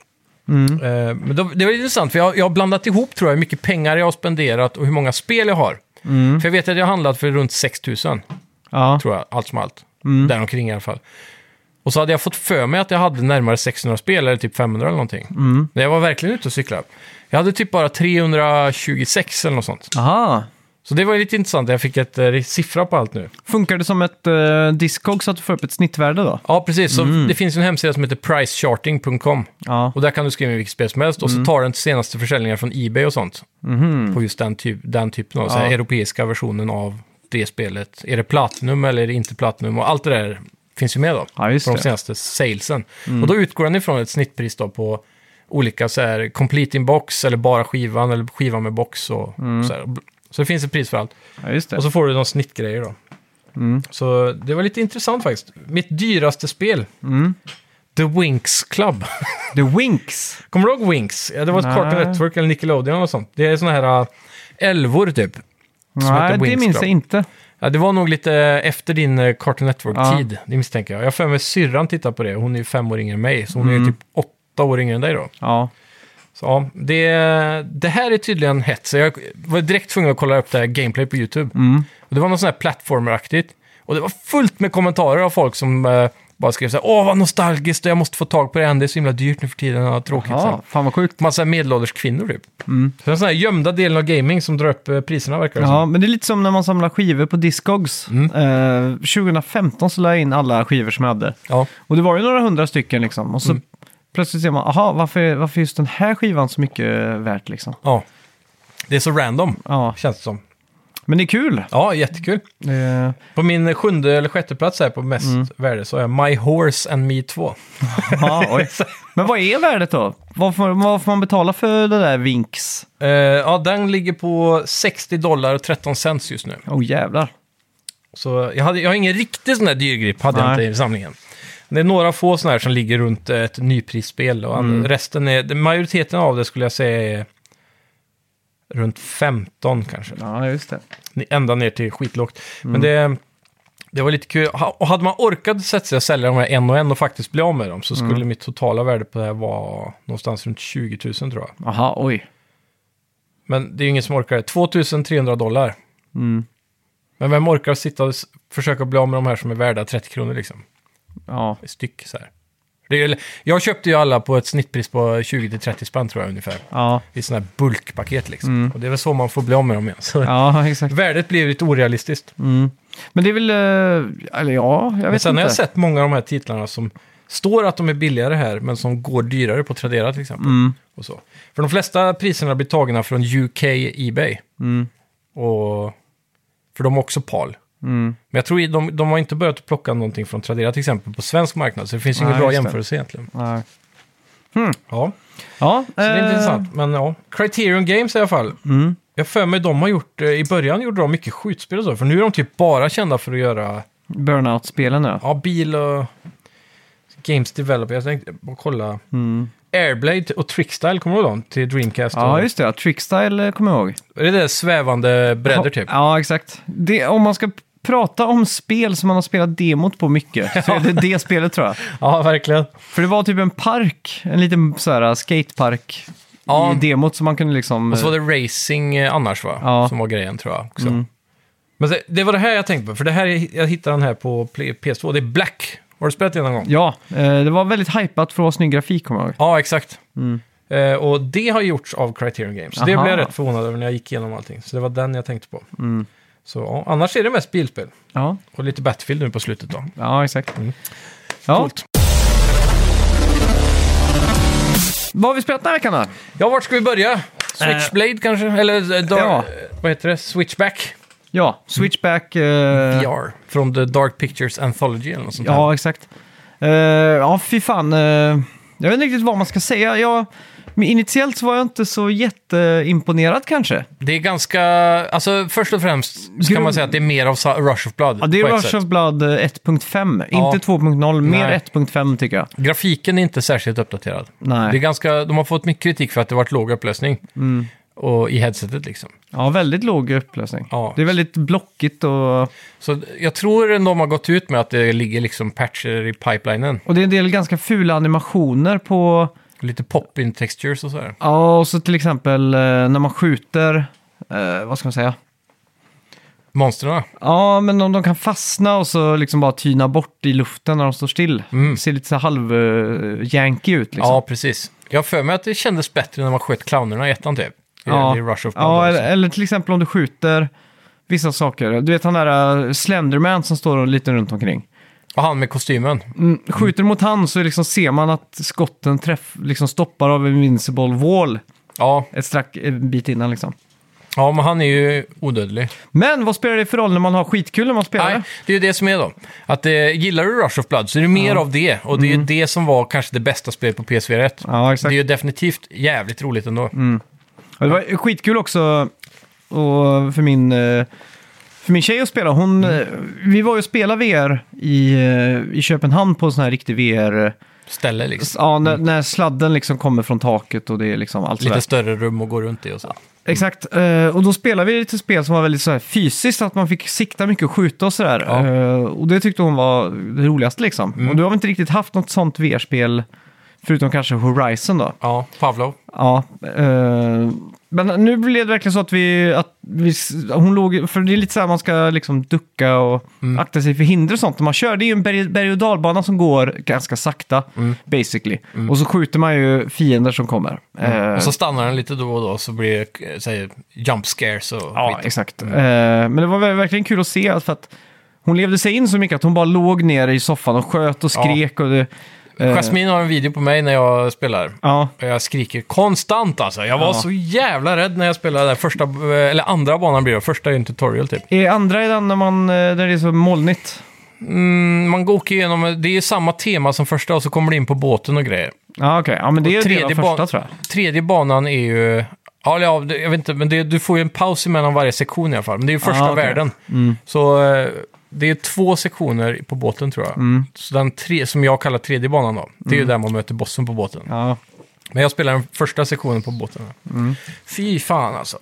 Men då, det var intressant, för jag, jag har blandat ihop tror jag hur mycket pengar jag har spenderat och hur många spel jag har. För jag vet att jag har handlat för runt 6 000 Ja. tror jag, allt som allt. Däromkring i alla fall. Och så hade jag fått för mig att jag hade närmare 600 spel, eller typ 500 eller någonting. Mm. Jag var verkligen ute och cyklade. Jag hade typ bara 326 eller något sånt. Aha. Så det var ju lite intressant, jag fick ett eh, siffra på allt nu. Funkar det som ett eh, Discog så att du får upp ett snittvärde då? Ja, precis. Så Det finns ju en hemsida som heter pricecharting.com. Ja. Och där kan du skriva in vilket spel som helst och Mm. så tar den senaste försäljningen från Ebay och sånt. På just den, typ, den typen av så här, Mhm. Ja. europeiska versionen av det spelet. Är det Platinum eller är det inte Platinum? Och allt det där finns ju med då. Ja, just på de det. Mm. senaste salesen. Och då utgår den ifrån ett snittpris då på olika så här complete in box eller bara skivan eller Mm. skiva med box och så här. Så det finns ett pris för allt. Ja, just det. Och så får du de snittgrejer då. Mm. Så det var lite intressant faktiskt. Mitt dyraste spel. Mm. The Winx Club. The Winks. Kommer du ihåg Winx? Ja, det var ett Nej. Cartoon Network eller Nickelodeon eller sånt. Det är såna här äh, älvor typ. Nej, heter det Winx minns Club. jag inte. Ja, det var nog lite efter din eh, Cartoon Network-tid, det misstänker jag. Jag har för mig syrran tittar på det. Hon är ju fem år yngre än mig, så hon är ju typ åtta år yngre än dig då. Ja. Så ja, det, det här är tydligen hett. Så jag var direkt tvungen att kolla upp det här gameplay på YouTube. Och det var något sånt här plattformeraktigt. Och det var fullt med kommentarer av folk som eh, bara skrev så här, åh vad nostalgiskt, och jag måste få tag på det än, det är så himla dyrt nu för tiden, och tråkigt. Så här. ja, fan vad sjukt. Massa medelålders kvinnor typ. Så det är en sån här gömda delen av gaming som drar upp eh, priserna verkar det Ja, som. men det är lite som när man samlar skivor på Discogs. Eh, 2015 så la jag in alla skivor som jag hade. Ja. Och det var ju några hundra stycken liksom. Och så plötsligt ser man, aha, varför, varför är just den här skivan så mycket värt liksom? ja. Det är så random, Ja, känns det som. men det är kul. Ja, jättekul. Eh, På min sjunde eller sjätte plats här på mest Mm. värde så har jag My Horse and Me 2. ja, oj. Men vad är värdet då? Vad får, vad får man betala för det där Vinks? Eh, ja, den ligger på 60 dollar och 13 cents just nu. Åh oh, jävlar. Så jag, hade, jag har ingen riktig sån där dyrgrip, hade jag Nej. inte i samlingen. Men Det är några få såna här som ligger runt eh, ett nyprisspel och Mm. andra- resten är, den- majoriteten av det skulle jag säga är runt 15 kanske. Ja, just det. Ända ner till skitlågt. Men Mm. det, det var lite kul. Ha- Och hade man orkat sätta sig och sälja de här en och en och faktiskt bli av med dem så skulle Mm. mitt totala värde på det här vara någonstans runt 20 000 tror jag. Aha, oj. Men det är ju ingen som orkar det. 2300 dollar. Mm. Men vem orkar sitta och s- försöka bli av med de här som är värda 30 kronor liksom? Ja, i Styck så här. Det är, ju- jag köpte ju alla på ett snittpris på 20-30 spänn tror jag ungefär. ja, I sådana här bulkpaket liksom. Och det är väl så man får bli av med dem igen. Så Mm. ja exakt. Värdet blir lite orealistiskt. Men det är väl, eh, eller ja, jag Men vet sen har inte. jag sett många av de här titlarna som står att de är billigare här, men som går dyrare på Tradera till exempel. Mm. Och så. För de flesta priserna blir tagna från UK Ebay. Mm. Och, för de har också PAL. Mm. Men jag tror i- de, de har inte börjat att plocka någonting från Tradera till exempel på svensk marknad, så det finns ju ingen Nej, bra just det. jämförelse egentligen. Nej. Ja. Ja, Så det är Eh. intressant. Men ja, Criterion Games i alla fall. Mm. Jag för mig de har gjort, eh, i början gjorde de mycket skjutspel och så, för nu är de typ bara kända för att göra Burnout-spelen ja. ja, bil och games developer. Jag tänkte bara kolla. Mm. Airblade och Trickstyle, kommer du ihåg dem? Till Dreamcast. Ja, och, just det. Ja. Trickstyle eh, kommer jag ihåg. är det där svävande brädor typ? Ja, exakt. Det, om man ska p- prata om spel som man har spelat demot på mycket, så är det det spelet tror jag. Ja, verkligen. För det var typ en park, en liten så här skatepark Ja. i demot som man kunde liksom... Och så var det racing eh, annars va? Ja. Mm. Som var grejen tror jag också. Men det, det var det här jag tänkte på, för det här, är- jag hittade den här på Play- PS2, det är Black. Har du spelat det någon gång? Ja, eh, det var väldigt hypat för att ha snygg grafik kommer jag ihåg. Ja, exakt. Eh, och det har gjorts av Criterion Games. Det Mm. Aha. Mm. blev jag rätt förvånad över när jag gick igenom allting. Så det var den jag tänkte på. Så ja, annars är det mest bilspel. Ja, Och lite Battlefield nu på slutet då. ja exakt. Mm. Ja. Coolt. Vad har vi spelat den här veckan då? Ja, vart ska vi börja? Switchblade kanske? Eller eh, Dar- Ja. eh, vad heter det? Switchback Ja, Switchback... eh, VR. Från The Dark Pictures Anthology eller något sånt där. Ja, exakt. Eh, ja, fy fan. eh, jag vet inte riktigt vad man ska säga. Jag, men initiellt så var jag inte så jätteimponerad kanske. Det är ganska, alltså först och främst ska Grund- man säga att det är mer av Sa- Rush of Blood. Ja, det är på ett Rush sätt. of Blood eh, 1.5, Ja. inte 2.0, mer Nej. 1.5 tycker jag. Grafiken är inte särskilt uppdaterad. Det är Nej. Mm. ganska, de har fått mycket kritik för att det varit låg upplösning. Och i headsetet liksom. Ja, väldigt låg upplösning. Ja. Det är väldigt blockigt och, Så jag tror ändå de har gått ut med att det ligger liksom patcher i pipelinen. och det är en del ganska fula animationer på... Lite pop-in textures och sådär. Ja, och så till exempel eh, när man skjuter, eh, vad ska man säga? Monstren. Ja, men om de kan fastna och så liksom bara tyna bort i luften när de står still. Mm. Ser lite så halv uh, janky ut liksom. Ja, precis. Jag har för mig att det kändes bättre när man sköt clownerna i ettan typ. I, i Rush of Blood. ja alltså. eller, eller till exempel om du skjuter vissa saker. Du vet han där eh, Slenderman som står lite runt omkring. Och han med kostymen. Mm, skjuter du mot han så liksom ser man att skotten träff, liksom stoppar av Invincible Wall Ja, ett strack en bit innan liksom. ja, men han är ju odödlig. Men vad spelar det för roll när man har skitkul när man spelar? Nej, det är ju det som är då. Att eh, gillar du Rush of Blood så är det mer av det. Och det är ju det som var kanske det bästa spelet på PSV1. Mm. Ja, det är exakt. Mm. ju definitivt jävligt roligt ändå. Och det var skitkul också och för min eh, För min tjej att spela, hon, Mm. eh, vi var ju och spelade VR i, eh, i Köpenhamn på en sån här riktig VR, eh, Ställe liksom. ja, när, när sladden liksom kommer från taket och det är liksom allt sådär. Lite större rum och gå runt i och så. Exakt, eh, och då spelade vi lite spel som var väldigt så här fysiskt, att man fick sikta mycket och skjuta och sådär. Ja. Mm. Eh, Och det tyckte hon var det roligaste liksom. Och du har väl inte riktigt haft något sånt VR-spel, förutom kanske Horizon då. Ja, Pavlov. Ja, eh, men nu blev det verkligen så att vi, att vi, s- hon låg, för det är lite så här man ska liksom ducka och Mm. akta sig för hinder och sånt när man kör. Det är ju en berg, berg och dalbana som går ganska sakta, Mm. basically. Och så skjuter man ju fiender som kommer. Eh, Mm. Och så stannar den lite då och då så blir det eh, så här, jump scares och Ja, skit. Mm. exakt. Eh, men det var ver- verkligen kul att se att- för att hon levde sig in så mycket att hon bara låg ner i soffan och sköt och skrek. Och det, eh, Jasmine har en video på mig när jag spelar. ja, Jag skriker konstant alltså. Jag var Ja. så jävla rädd när jag spelade den första, eh, eller andra banan blir det. Första är ju en tutorial typ. I andra är den när, man, eh, där det är så molnigt. Mm, man går åker igenom, det är samma tema som första och så kommer du in på båten och grejer. Ja, okej. Ja, men det är tredje tredje första ban- tror jag. Tredje banan är ju... Ja, eller ja, det- jag vet inte, men det, du får ju en paus emellan varje sektion i alla fall. Men det är ju första Ah, okej. världen. Så eh, det är två sektioner på båten tror jag. Mm. Så den tre, som jag kallar tredje banan då, det är ju där man möter bossen på båten. Ja. Men jag spelar den första sektionen på båten. Mm. Fy fan alltså.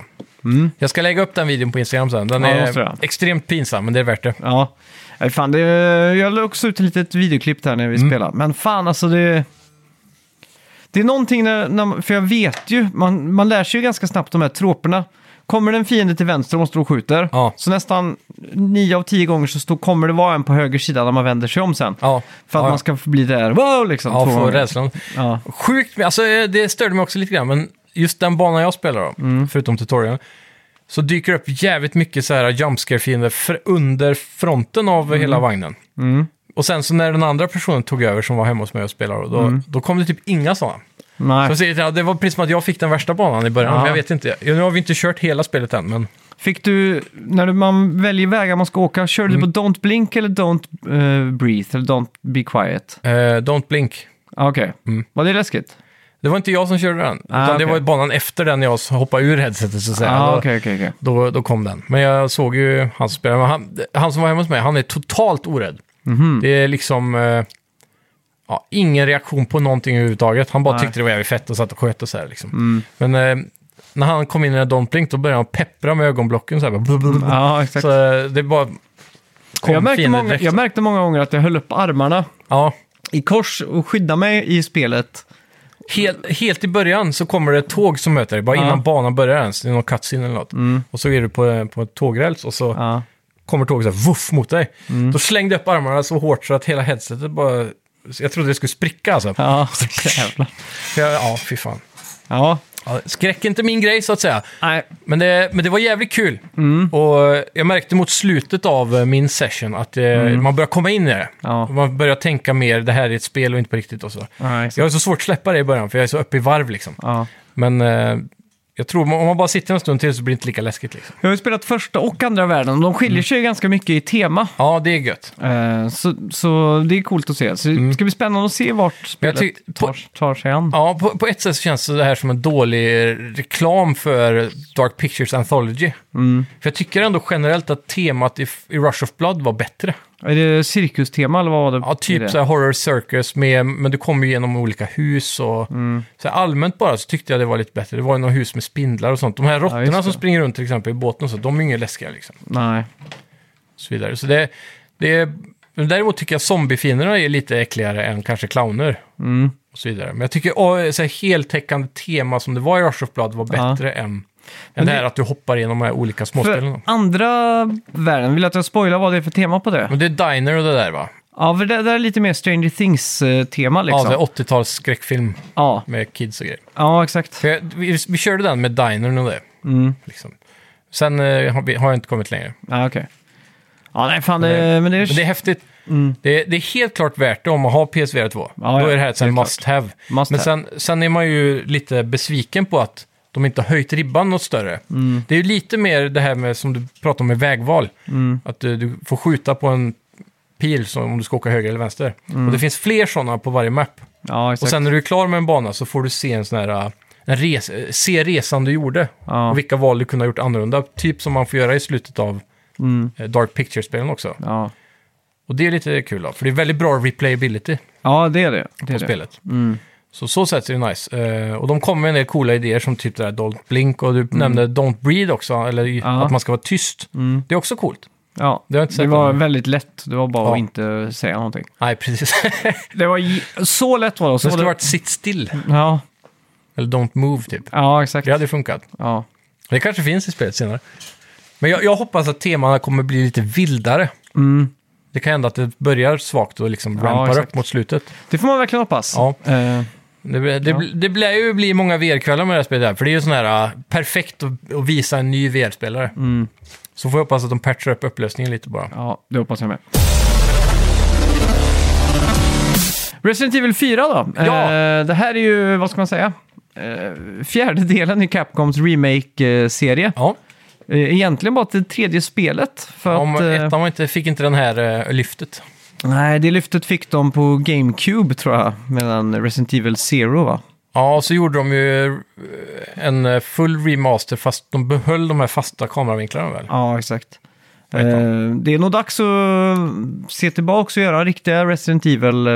Jag ska lägga upp den videon på Instagram sen. Den Ja, det måste du är göra. extremt pinsam, men det är värt det. Ja, Nej, fan, det, jag la också ut ett litet videoklipp där när Mm. vi spelade. Men fan alltså det... Det är någonting när, när för jag vet ju, man, man lär sig ju ganska snabbt de här tråperna. Kommer det en fiende till vänster och man står och skjuter, Ja. så nästan nio av tio gånger så står, kommer det vara en på höger sida när man vänder sig om sen. Ja, För att ja. man ska bli där, wow, liksom. Ja, två få gånger. rädslan. Ja. Sjukt, men alltså, eh, det störde mig också lite grann, men just den banan jag spelar då, Mm. förutom tutorialen, så dyker det upp jävligt mycket så här jumpscare-fiender fr- under fronten av Mm. hela vagnen. Och sen så när den andra personen tog över som var hemma hos mig och spelade, då, Mm. då kom det typ inga sådana. Nej. Så ser jag, det var precis som att jag fick den värsta banan i början, Ja. men jag vet inte. Nu har vi inte kört hela spelet än, men Fick du, när du, man väljer vägar man ska åka, körde Mm. du på Don't Blink eller Don't eh, Breathe eller Don't Be Quiet? eh, Don't Blink. Ah, Okej, Mm. var det läskigt? Det var inte jag som körde den, Ah, utan okej. det var banan efter den jag hoppade ur headsetet så att säga. Ja, Då- okej, okej, okej. Då, då kom den. Men jag såg ju hans spelare. Men Han, han som var hemma hos mig, han är totalt orädd. Mhm. Det är liksom eh, ja, ingen reaktion på någonting överhuvudtaget. Han bara Nej. Mm. tyckte det var jävligt fett och satt och sköt och så här liksom. Men eh, när han kom in i den här Don't Blink, då började han peppra med ögonblocken så här. Bara, blablabla. Mm, Ja, exakt. så eh, det bara kom jag, märkte fiender många, direkt. jag märkte många gånger att jag höll upp armarna Ja. i kors och skyddade mig i spelet. Helt, helt i början så kommer det ett tåg som möter dig, bara Ja. Mm. innan banan börjar ens. Det är någon cutscene eller något. Och så är du på, på ett tågräls och så Ja, Mm. kommer tåget så här, vuff mot dig. Då slängde jag upp armarna så hårt så att hela headsetet bara... Jag trodde det skulle spricka alltså. Ja, ja jävlar. jag, ja fy fan. Ja, Ja, skräck är inte min grej så att säga. nej. Men det, men det var jävligt kul. Mm. Och eh, jag märkte mot slutet av eh, min session att eh, man börjar komma in i det. Mm. Ja. Och Man börjar tänka mer, det här är ett spel och inte på riktigt och så. nej Jag exakt. har så svårt att släppa det i början för jag är så uppe i varv liksom. Ja. Men eh, jag tror om man bara sitter en stund till så blir det inte lika läskigt liksom. Jag har ju spelat första och andra världen och de Mm. skiljer sig ju ganska mycket i tema. Ja, det är gött. Eh, Så, så det är coolt att se. Så det ska bli spännande att se vart Mm. jag spelet tyck- på- tar, tar sig an. Ja, på, på ett sätt så känns det här som en dålig eh, reklam för Dark Pictures Anthology. Mm. För jag tycker ändå generellt att temat i, i Rush of Blood var bättre. Är det cirkustema eller vad var det? Ja, är typ det? så här horror circus, med, men du kommer ju genom olika hus och... Mm. Så här allmänt bara så tyckte jag det var lite bättre. Det var ju några hus med spindlar och sånt. De här råttorna det. som springer runt till exempel i båten och så, de är ju inga läskiga liksom. Nej. Och så vidare. Så det, det är... men Däremot tycker jag zombiefienderna är lite äckligare än kanske clowner. Mm. Och så vidare. Men jag tycker åh, så här, heltäckande tema som det var i Rush of Blood var Ja. bättre än, än det här att du hoppar igenom de här olika småspelen. För andra världen, vill du att jag spoilar vad det är för tema på det? Men det är Diner och det där va? Ja, för det där är lite mer Stranger Things-tema Ja, liksom. det är 80-tals skräckfilm ja. med kids och grejer. ja exakt. För jag, vi, vi körde den med Dinern och det. Mm. Liksom. Sen eh, har, vi, har jag inte kommit längre. Ja, okej. Ja, nej, fan, det, men det är... Mm. Men det är häftigt. Det, är, det är helt klart värt det om man har PSVR 2. Ja, ja, Då är det här ett helt sånt must have. Must Men have. sen, sen är man ju lite besviken på att de inte har höjt ribban något större. Mm. Det är ju lite mer det här med, som du pratade om med vägval. Mm. Att du, du får skjuta på en pil som om du ska åka höger eller vänster. Och det finns fler sådana på varje map. Ja, Mm. exakt. Och sen när du är klar med en bana så får du se en sån här... äh, En res, se resan du gjorde Ja. och vilka val du kunde ha gjort annorlunda. Typ som man får göra i slutet av Mm. eh, Dark Picture-spelen också. Ja. Och det är lite kul då, för det är väldigt bra replayability ja, det är det. det, Mm. på är det. spelet. Så så sätt är det nice. Eh, och de kommer med en del coola idéer som typ det där Don't Blink och du nämnde Don't Breathe också, eller i- Mm. Ja. att man ska vara tyst. Det är också coolt. Ja. Det har jag inte Det sett var än. väldigt lätt, det var bara Ja. att inte säga någonting. Nej, precis. Det var j- så lätt var det. Så det skulle var varit sitt still, det... Ja, eller Don't Move typ. ja exakt. Det hade funkat. Ja. Det kanske finns i spelet senare. Men jag, jag hoppas att temana kommer bli lite vildare. Mm. Det kan hända att det börjar svagt och liksom Ja, rampar exakt. upp mot slutet. Det får man verkligen hoppas. Ja. Eh, Det, blir- det, blir- det blir ju bli många VR-kvällar med det här spelet här, för det är ju sån här äh, perfekt att, att visa en ny VR-spelare. Mm. Så får jag hoppas att de patchar upp upplösningen lite bara. ja, det hoppas jag med. Resident Evil 4 då? Ja. Eh, det här är ju, vad ska man säga? Eh, fjärde delen i Capcoms remake-serie. Ja, Eh, egentligen bara till tredje spelet. För om att, eh, ettan var inte, fick inte den här äh, lyftet. Nej, det lyftet fick de på GameCube tror jag, medan Resident Evil Zero va? Ja, och så gjorde de ju äh, en äh, full remaster fast de behöll de här fasta kameravinklarna väl? Ja, exakt. Vad heter Eh, det är nog dags att se tillbaka och göra riktiga Resident Evil eh,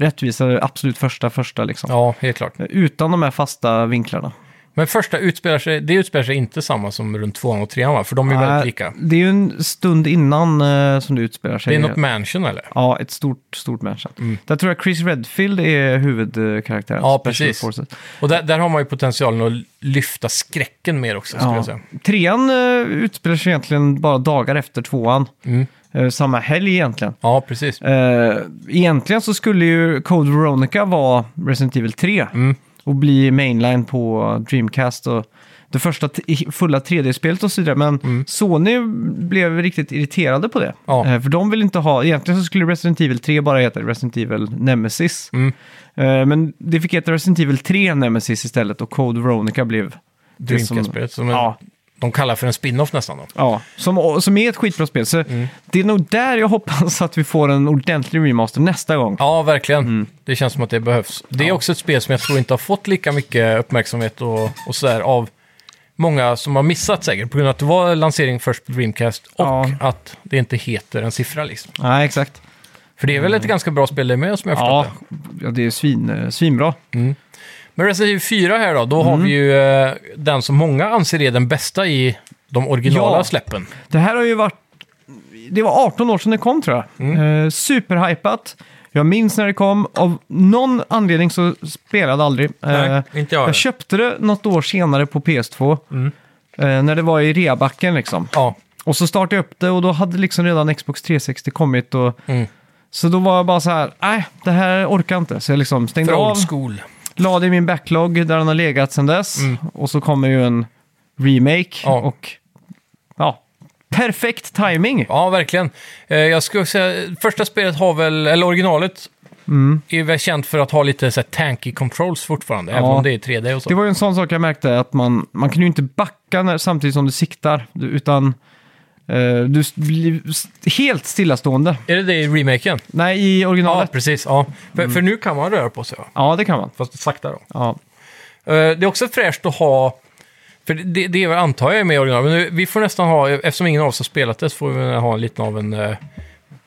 rättvisa, absolut första första liksom. Ja, helt klart. Eh, Utan de här fasta vinklarna. Men första utspelar sig, det utspelar sig inte samma som runt tvåan och trean va? För de är ju Nej, väldigt lika. Det är ju en stund innan eh, som det utspelar sig. Det är något mansion eller? Ja, ett stort, stort mansion. Där tror jag Chris Redfield är huvudkaraktären. Special Ja, precis. Forces. Och där, där har man ju potentialen att lyfta skräcken mer också, skulle Ja. jag säga. Trean eh, utspelar sig egentligen bara dagar efter tvåan. Mm. Eh, samma helg egentligen. Ja, precis. Eh, egentligen så skulle ju Code Veronica vara Resident Evil 3 Mm. och bli mainline på Dreamcast och det första t- i- fulla 3D-spelet och så vidare. Men Sony blev riktigt irriterade på det. Mm. Ja. Eh, för de vill inte ha, egentligen så skulle Resident Evil 3 bara heta Resident Evil Nemesis. Mm. Eh, men det fick heta Resident Evil 3 Nemesis istället och Code Veronica blev det som- Dreamcast-spelet. Som, en- Ja, de kallar för en spin-off nästan. Då. Ja, som, som är ett skitbra spel. Så Mm. det är nog där jag hoppas att vi får en ordentlig remaster nästa gång. Ja, verkligen. Mm. Det känns som att det behövs. Det är också ett spel som jag tror inte har fått lika mycket uppmärksamhet och, och sådär av många som har missat säkert. På grund av att det var lansering först på Dreamcast och Ja. att det inte heter en siffra liksom. Nej, exakt. För det är väl ett ganska bra spel det med som jag har Mm. Ja, förstått det. ja, det är svin, eh, svinbra. Men Resident Evil 4 här då, då har Mm. vi ju eh, den som många anser är den bästa i de originala Ja. släppen. Det här har ju varit... Det var 18 år sedan det kom tror jag. Mm. Eh, superhypat. Jag minns när det kom. Av någon anledning så spelade jag aldrig. Eh, inte jag. Mm. jag köpte det något år senare på PS2. Eh, när det var i reabacken liksom. Ja, Och så startade jag upp det och då hade liksom redan Xbox 360 kommit. Och, Mm. Så då var jag bara så här, nej, det här orkar jag inte. Så jag liksom stängde för av, old school. la det i min backlog där den har legat sedan dess. Och så kommer ju en remake Mm. Ja. och ja, perfekt timing. Ja, verkligen. Eh, Jag skulle säga, första spelet har väl, eller originalet, är väl känt för att ha lite så här tanky controls fortfarande, även om det är 3D och så. Det var ju en sån sak jag märkte, att man, man kan ju inte backa när, samtidigt som du siktar, du- utan eh, du s- blir s- helt stillastående. Är det det i remaken? Nej, i Ja, originalet. Ja, precis. Ja. För, för nu kan man röra på sig, ja. det kan man. fast sakta då. Ja. Eh, Det är också fräscht att ha, för det, det är väl antar jag är med i originalet, men nu- vi får nästan ha, eftersom ingen av oss har spelat det, så får vi väl ha en liten av en eh,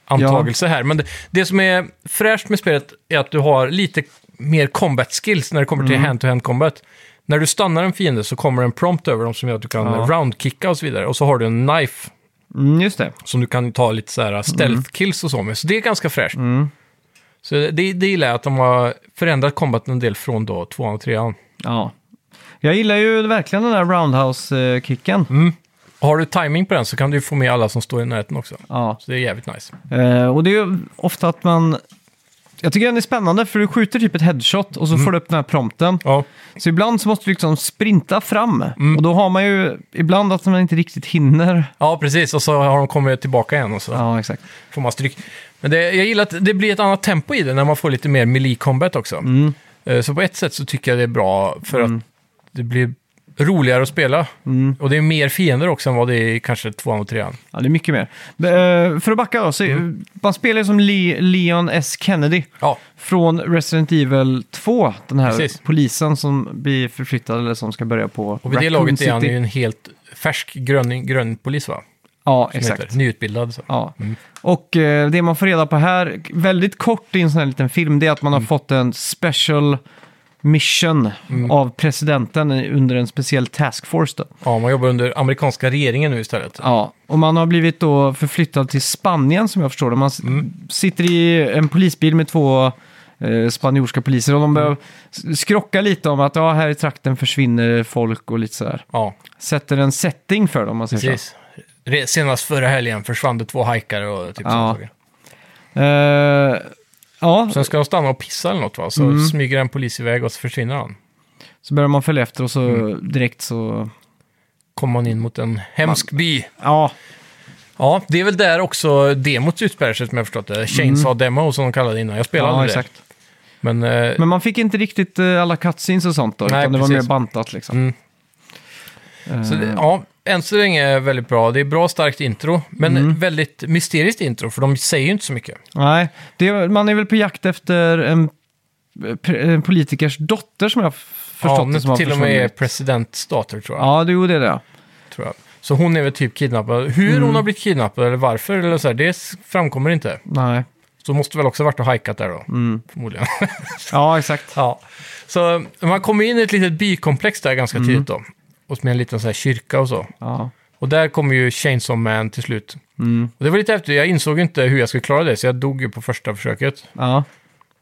antagelse här. Men det, det som är fräscht med spelet är att du har lite mer combat skills när det kommer till hand-to-hand combat. När du stannar en fiende så kommer en prompt över dem som gör att du kan Ja. eh, roundkicka och så vidare. Och så har du en knife Mm, just det. som du kan ta lite så här stealth kills och så med. Så det är ganska fräscht. Så det, det gillar jag att de har förändrat combaten en del från då tvåan och trean. Ja. Jag gillar ju verkligen den där eh, roundhouse-kicken. Mm. Har du timing på den så kan du ju få med alla som står i närheten också. Ja. Så det är jävligt nice. Eh, och det är ju ofta att man... Jag tycker den är spännande för du skjuter typ ett headshot och så Mm. får du upp den här prompten. Ja, Så ibland så måste du liksom sprinta fram. Mm. Och då har man ju ibland att man inte riktigt hinner. ja precis. Och så har de kommit tillbaka igen och så Ja, exakt. får man stryk. Men det, jag gillar att det blir ett annat tempo i det när man får lite mer melee combat också. Mm. Eh, Så på ett sätt så tycker jag det är bra för att det blir roligare att spela. Mm. Och det är mer fiender också än vad det är i kanske tvåan och trean. Ja, det är mycket mer. Eh, för att backa då, så Mm. man spelar ju som Le- Leon S. Kennedy. Ja, Från Resident Evil 2, den här Precis. polisen som blir förflyttad eller som ska börja på och vid det Raccoon laget är han City. ju en helt färsk grön, grön polis va? Ja, som exakt. heter. Nyutbildad. Så. Ja. Och eh, det man får reda på här, väldigt kort i en sån här liten film, det är att man har fått en special mission av presidenten i- under en speciell taskforce. Då. Ja, man jobbar under amerikanska regeringen nu istället. Ja, och man har blivit då förflyttad till Spanien som jag förstår det. Man s- sitter i en polisbil med två eh, spanjorska poliser och de börjar s- skrocka lite om att ja, här i trakten försvinner folk och lite sådär. Ja, Sätter en setting för dem om man säger så. precis. Re- Senast förra helgen försvann det två hajkare och typ Ja. sådana saker. Eh, ja, Sen ska de stanna och pissa eller något va? Så Mm. smyger en polis iväg och så försvinner han. så börjar man följa efter och så direkt så... Kommer man in mot en hemsk by. Ja, Ja, det är väl där också demot utspelar sig som jag förstått det. Chainsaw demo som de kallade det innan. Jag spelade Mm. ja aldrig det. exakt. Men, eh, Men man fick inte riktigt eh, alla cutscenes och sånt då, Nej, utan det var mer precis. bantat liksom. Mm. så det, ja, än så länge är det väldigt bra. Det är bra starkt intro, men Mm. väldigt mysteriskt intro för de säger ju inte så mycket. Nej, det, man är väl på jakt efter en, en politikers dotter som jag har förstått ja, det men som har till och med är försvunnit. presidents dotter tror jag. Ja, det gjorde det. ja. tror jag. Så hon är väl typ kidnappad. Hur hon har blivit kidnappad eller varför, eller så här, det s- framkommer inte. Nej. Så hon måste väl också ha varit och hajkat där då, förmodligen. Ja, exakt. ja. Så man kommer in i ett litet bykomplex där ganska tidigt då. Och med en liten så här kyrka och så. Ja. Och där kommer ju Chainsaw Man till slut. Och det var lite häftigt, jag insåg ju inte hur jag skulle klara det, så jag dog ju på första försöket. Ja.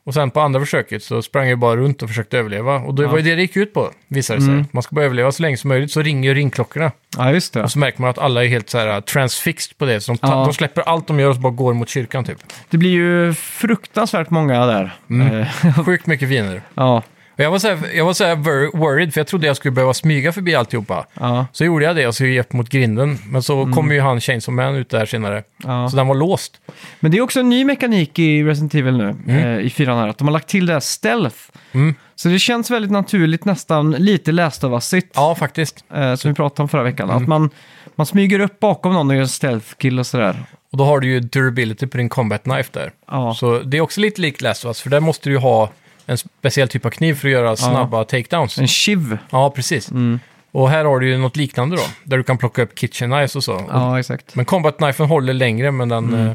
Och sen på andra försöket så sprang jag bara runt och försökte överleva. Och det var ju det det gick ut på, visade det sig. Man ska bara överleva så länge som möjligt, så ringer ju ringklockorna. ja, just det. Och så märker man att alla är helt så här uh, transfixed på det. Så de, ta- Ja. de släpper allt de gör och så bara går mot kyrkan typ. Det blir ju fruktansvärt många där. Mm. Eh, Sjukt mycket fiender. ja, Och jag var så här, jag var så här wor- worried, för jag trodde jag skulle behöva smyga förbi alltihopa. ja, Mm. Så gjorde jag det och så gick jag upp mot grinden. Men så kom ju han Chainsaw Man ut där senare. ja. Så den var låst. Men det är också en ny mekanik i Resident Evil nu, eh, i fyran här, att de har lagt till det här stealth. Mm. Så det känns väldigt naturligt, nästan lite läst av Assit. Ja, faktiskt. eh, som vi pratade om förra veckan. Mm. Att man, man smyger upp bakom någon och gör en stealth kill och sådär. Och då har du ju durability på din combat knife där. Ja. Så det är också lite likt Last of Us, för där måste du ju ha en speciell typ av kniv för att göra snabba takedowns. En shiv. Ja, precis. Mm. Och här har du ju något liknande då, där du kan plocka upp kitchen knives och så. Och Ja, exakt. Men combat knifen håller längre, men den Mm. eh,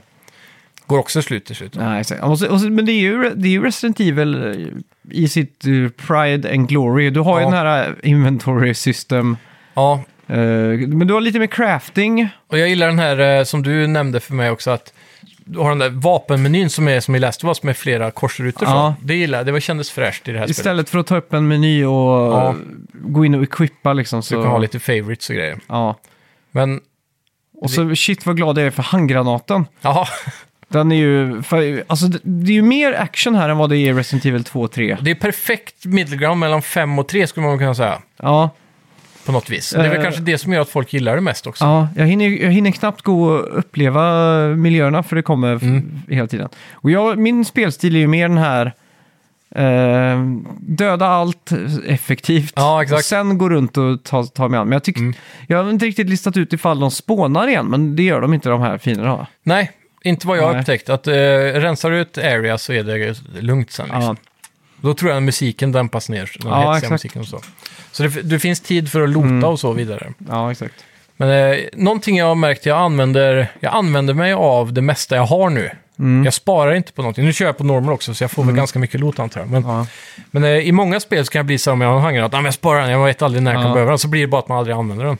går också slut till slut. Ja, exakt. Och så, och så, men det är, ju, det är ju Resident Evil eh, i sitt eh, Pride and Glory. Du har ju Ja. den här eh, inventory system. Ja, eh, men du har lite mer crafting. och jag gillar den här eh, som du nämnde för mig också, att du har den där vapenmenyn som är som i Last of Us med flera korsrutor Ja. från. Det gillar jag, det var- kändes fräscht i det här spelet. Istället för att ta upp en meny och Ja. eh, gå in och equippa liksom. Så, Du kan ha lite favorites och grejer. ja. Men, Och så shit vad glad jag är för handgranaten. ja, Den är ju, för, alltså det, det är ju mer action här än vad det är i Resident Evil 2 och 3. det är perfekt middle ground mellan 5 och 3 skulle man kunna säga. Ja, På något vis. Det är väl Eh. kanske det som gör att folk gillar det mest också. Ja, jag hinner, jag hinner knappt gå och uppleva miljöerna för det kommer f- Mm. hela tiden. Och jag, min spelstil är ju mer den här eh, döda allt effektivt Ja, exakt. Mm. och sen gå runt och ta, ta mig an. Men jag, tyck, jag har inte riktigt listat ut ifall de spånar igen, men det gör de inte de här finerna. va? Nej, inte vad jag har Nej. upptäckt. Att eh, rensar du ut area så är det lugnt sen. Liksom. Ja, Då tror jag musiken dämpas ner, den Ja, hetsiga exakt. Mm. musiken och så. Så det, det finns tid för att lota och så vidare. ja exakt. Men eh, någonting jag har märkt, jag använder, jag använder mig av det mesta jag har nu. Mm. Jag sparar inte på någonting. Nu kör jag på normal också, så jag får väl ganska mycket loot antar jag. Men, Ja. men eh, i många spel så kan jag bli så här om jag har en hanger, att "Ah, men jag sparar den, jag vet aldrig när jag Ja. Mm. kan behöva den. Så blir det bara att man aldrig använder den.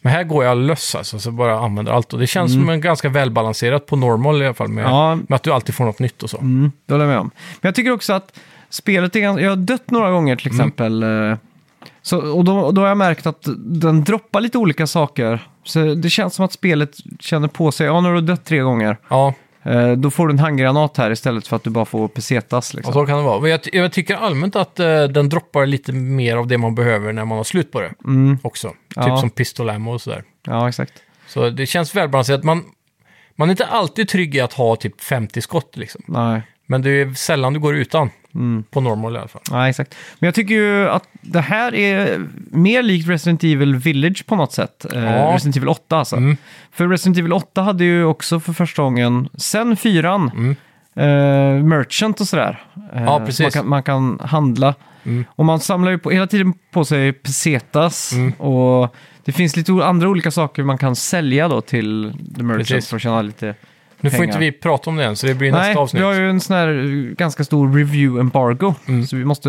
Men här går jag lös alltså, så bara använder allt. Och det känns som en ganska välbalanserat på normal i alla fall, med, Ja. med att du alltid får något nytt och så. Mm, det håller jag med om. Men jag tycker också att spelet är ganska... Jag har dött några gånger till exempel. eh, Så, och då, och då har jag märkt att den droppar lite olika saker. Så det känns som att spelet känner på sig, ja nu har du dött tre gånger. Ja, Eh, då får du en handgranat här istället för att du bara får pesetas. Ja, Liksom. så kan det vara. Men jag, ty- jag tycker allmänt att eh, den droppar lite mer av det man behöver när man har slut på det också. Typ Mm. Ja. som pistol ammo och sådär. Ja, exakt. Så det känns välbalanserat. Man, man är inte alltid trygg i att ha typ 50 skott liksom. Nej. Men det är sällan du går utan. Mm. På normal i alla fall. Nej, exakt. Men jag tycker ju att det här är mer likt Resident Evil Village på något sätt. Eh, Ja. Mm. Resident Evil 8 alltså. För Resident Evil 8 hade ju också för första gången, sen 4 eh, Merchant och sådär. Eh, Mm. Ja, så precis. Mm. Man kan, man Mm. kan handla. Och man samlar ju på, hela tiden på sig pesetas. Och Det finns lite o- andra olika saker man kan sälja då till The Merchant Precis. för att tjäna lite Nu får pengar. inte vi prata om det än, så det blir Nej, nästa avsnitt. vi har ju en sån här eh, ganska stor review embargo. Mm. Så vi måste...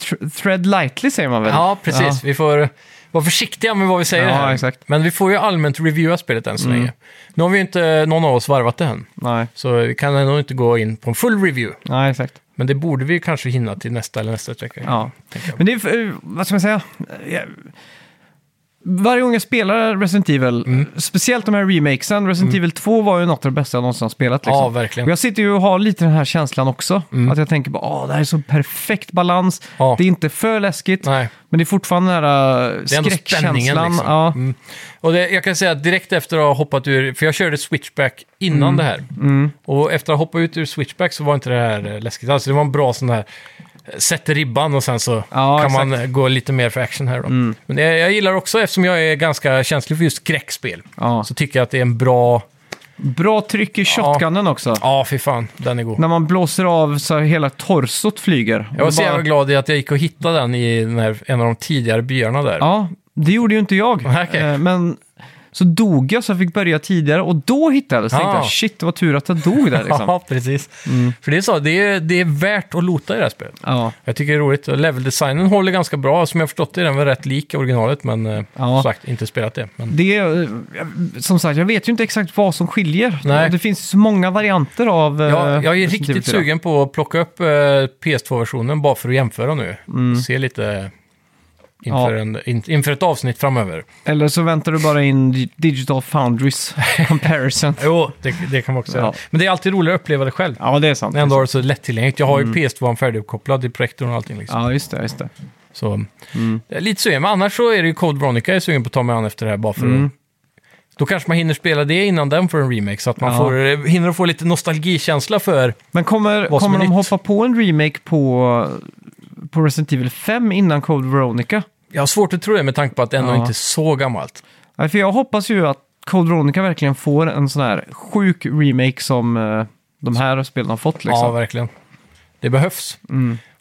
tr- Thread lightly säger man väl? Ja, precis. Vi får vara försiktiga med vad vi säger Ja, här. exakt. Mm. Men vi får ju allmänt reviewa spelet än så länge. Nu har vi ju inte någon av oss varvat det än, Nej, så vi kan ändå inte gå in på en full review. nej exakt. Men det borde vi kanske hinna till nästa eller nästa vecka. Ja. tänker jag. Men det är, för- eh, vad ska man säga? Eh, Varje gång jag spelar Resident Evil, Mm. speciellt de här remakesen, Resident Evil 2 var ju något av det bästa jag någonsin har spelat. Liksom. Ja, verkligen. Mm. Och jag sitter ju och har lite den här känslan också. Att jag tänker bara, åh, det här är så perfekt balans. Ja. Det är inte för läskigt, Nej. men det är fortfarande den här eh, Det är ändå skräckkänslan. spänningen liksom. Ja. Mm. Och det, jag kan säga att direkt efter att ha hoppat ur, för jag körde Switchback innan Mm. det här. Och efter att ha hoppat ut ur Switchback så var inte det här eh, läskigt alls. Det var en bra sån här, eh, sätter ribban och sen så Ja, Mm. kan man eh, gå lite mer för action här då. Men det, jag gillar också, eftersom jag är ganska känslig för just skräckspel, Ja. så tycker jag att det är en bra... Bra tryck i shotgunnen också. Ja, fy fan, den är god. När man blåser av så här hela torsot flyger. Jag var Och så bara- jävla glad i att jag gick och hittade den i den här, en av de tidigare byarna där. Ja, det gjorde ju inte jag. Okej. Eh, Men så dog jag så jag fick börja tidigare och då hittades jag. Så tänkte Ah. jag, shit, det var tur att jag dog där liksom. Ja, precis. För det är så, det är, det är värt att lota i det här spelet. ja. Jag tycker det är roligt. Och Leveldesignen håller ganska bra. Som jag har förstått det är den väl rätt lik originalet, men eh, Ja. som sagt, inte spelat det. Men, Det är, eh, som sagt, jag vet ju inte exakt vad som skiljer. Nej. Det finns så många varianter av... eh, jag, jag är Resident Evil riktigt 4. sugen på att plocka upp eh, PS2-versionen bara för att jämföra nu. Se lite inför, Mm. Ja. en, in, inför ett avsnitt framöver. Eller så väntar du bara in Di- Digital Foundries comparison. Jo, det, det kan man också säga. Ja. Men det är alltid roligare att uppleva det själv. ja, det är sant. När jag ändå har det så lättillgängligt. Jag har ju Mm. PS2 färdiguppkopplad i projektorn och allting. Liksom. Ja, just det. Just det. Så, Mm. jag är lite sugen. Men annars så är det ju Code Veronica jag är sugen på att ta mig an efter det här bara för Mm. att... Då kanske man hinner spela det innan den får en remake, så att man Ja. får, hinner få lite nostalgikänsla för... Men kommer, Vad som kommer är de nytt. hoppa på en remake på, på Resident Evil 5 innan Code Veronica? Jag har svårt att tro det med tanke på att det ändå Ja. inte är så gammalt. Nej, för jag hoppas ju att Code Veronica verkligen får en sån här sjuk remake som eh, de här spelen har fått Ja, liksom. Mm. verkligen. Det behövs.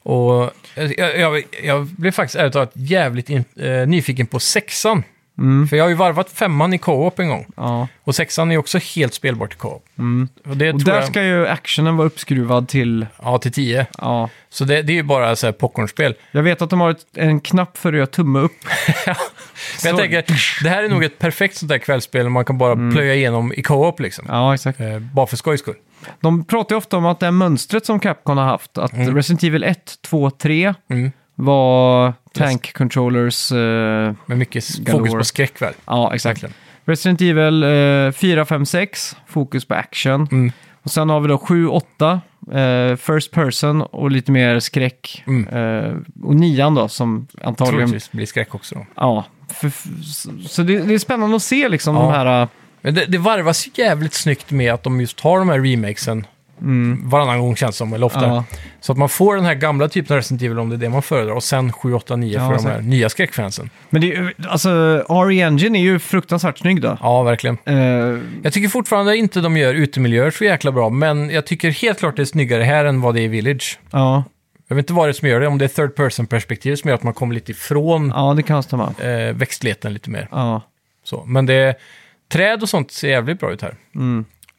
Och eh, jag, jag, jag blev faktiskt ärligt talat jävligt in, eh, nyfiken på sexan. Mm. För jag har ju varvat femman i co-op en gång. Ja. Mm. Och sexan är också helt spelbart i co-op. Och det Och tror där jag... ska ju actionen vara uppskruvad till, Ja, till tio. ja. Så det, det är ju bara så här popcornspel. Jag vet att de har ett, en knapp för att göra tumme upp. Men jag Så- Mm. tänker, det här är nog ett perfekt sånt där kvällsspel där man kan bara plöja igenom i co-op liksom. Ja, exakt. Eh, bara för skojs skull. De pratar ju ofta om att det här mönstret som Capcom har haft, att Resident Evil 1, 2, 3 Mm. var tank controllers, eh, Med mycket s- Galore. fokus på skräck väl. Liksom. ja exakt. Verkligen. Resident Evil eh, 4, 5, 6, fokus på action. Mm. Och sen har vi då 7, 8, eh, first person och lite mer skräck. Mm. Eh, och nian då som antagligen... Troligtvis blir skräck också då. Ja, för, f- så- så det, det är spännande att se liksom Ja. de här... eh, Men det, det varvas ju jävligt snyggt med att de just har de här remakesen varannan gång känns det som, eller oftare. Mm. Ja. Så att man får den här gamla typen av Resident Evil om det är det man föredrar och sen 7, 8, 9 Ja, för de säkert. här nya skräckfansen. Men det är ju- alltså RE Engine är ju fruktansvärt snygg då. Ja, verkligen. Eh, Jag tycker fortfarande inte de gör utemiljöer så jäkla bra, men jag tycker helt klart det är snyggare här än vad det är i Village. ja. Jag vet inte vad det är som gör det, om det är third person-perspektiv som gör att man kommer lite ifrån ja, det kan stämma. eh, växtligheten lite mer. Ja. Så. Men det, träd och sånt ser jävligt bra ut här.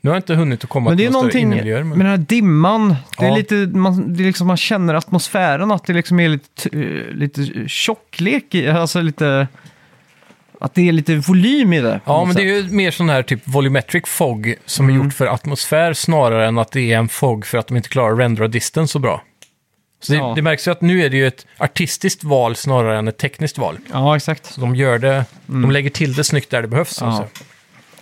Nu har jag inte hunnit att komma Mm. Men det är till någon större någonting innemiljöer. Men... med den här dimman. Det är Ja. lite, man, det är liksom, man känner atmosfären, att det liksom är lite, eh, lite tjocklek i, alltså lite... Att det är lite volym i det. på Ja, något men det är sätt. ju mer sån här typ volumetric fog som Mm. är gjort för atmosfär snarare än att det är en fog för att de inte klarar att rendera distance så bra. Så det, Ja. det märks ju att nu är det ju ett artistiskt val snarare än ett tekniskt val. Ja, exakt. Så de gör det, de lägger till det snyggt där det behövs. så att Mm. Ja. säga.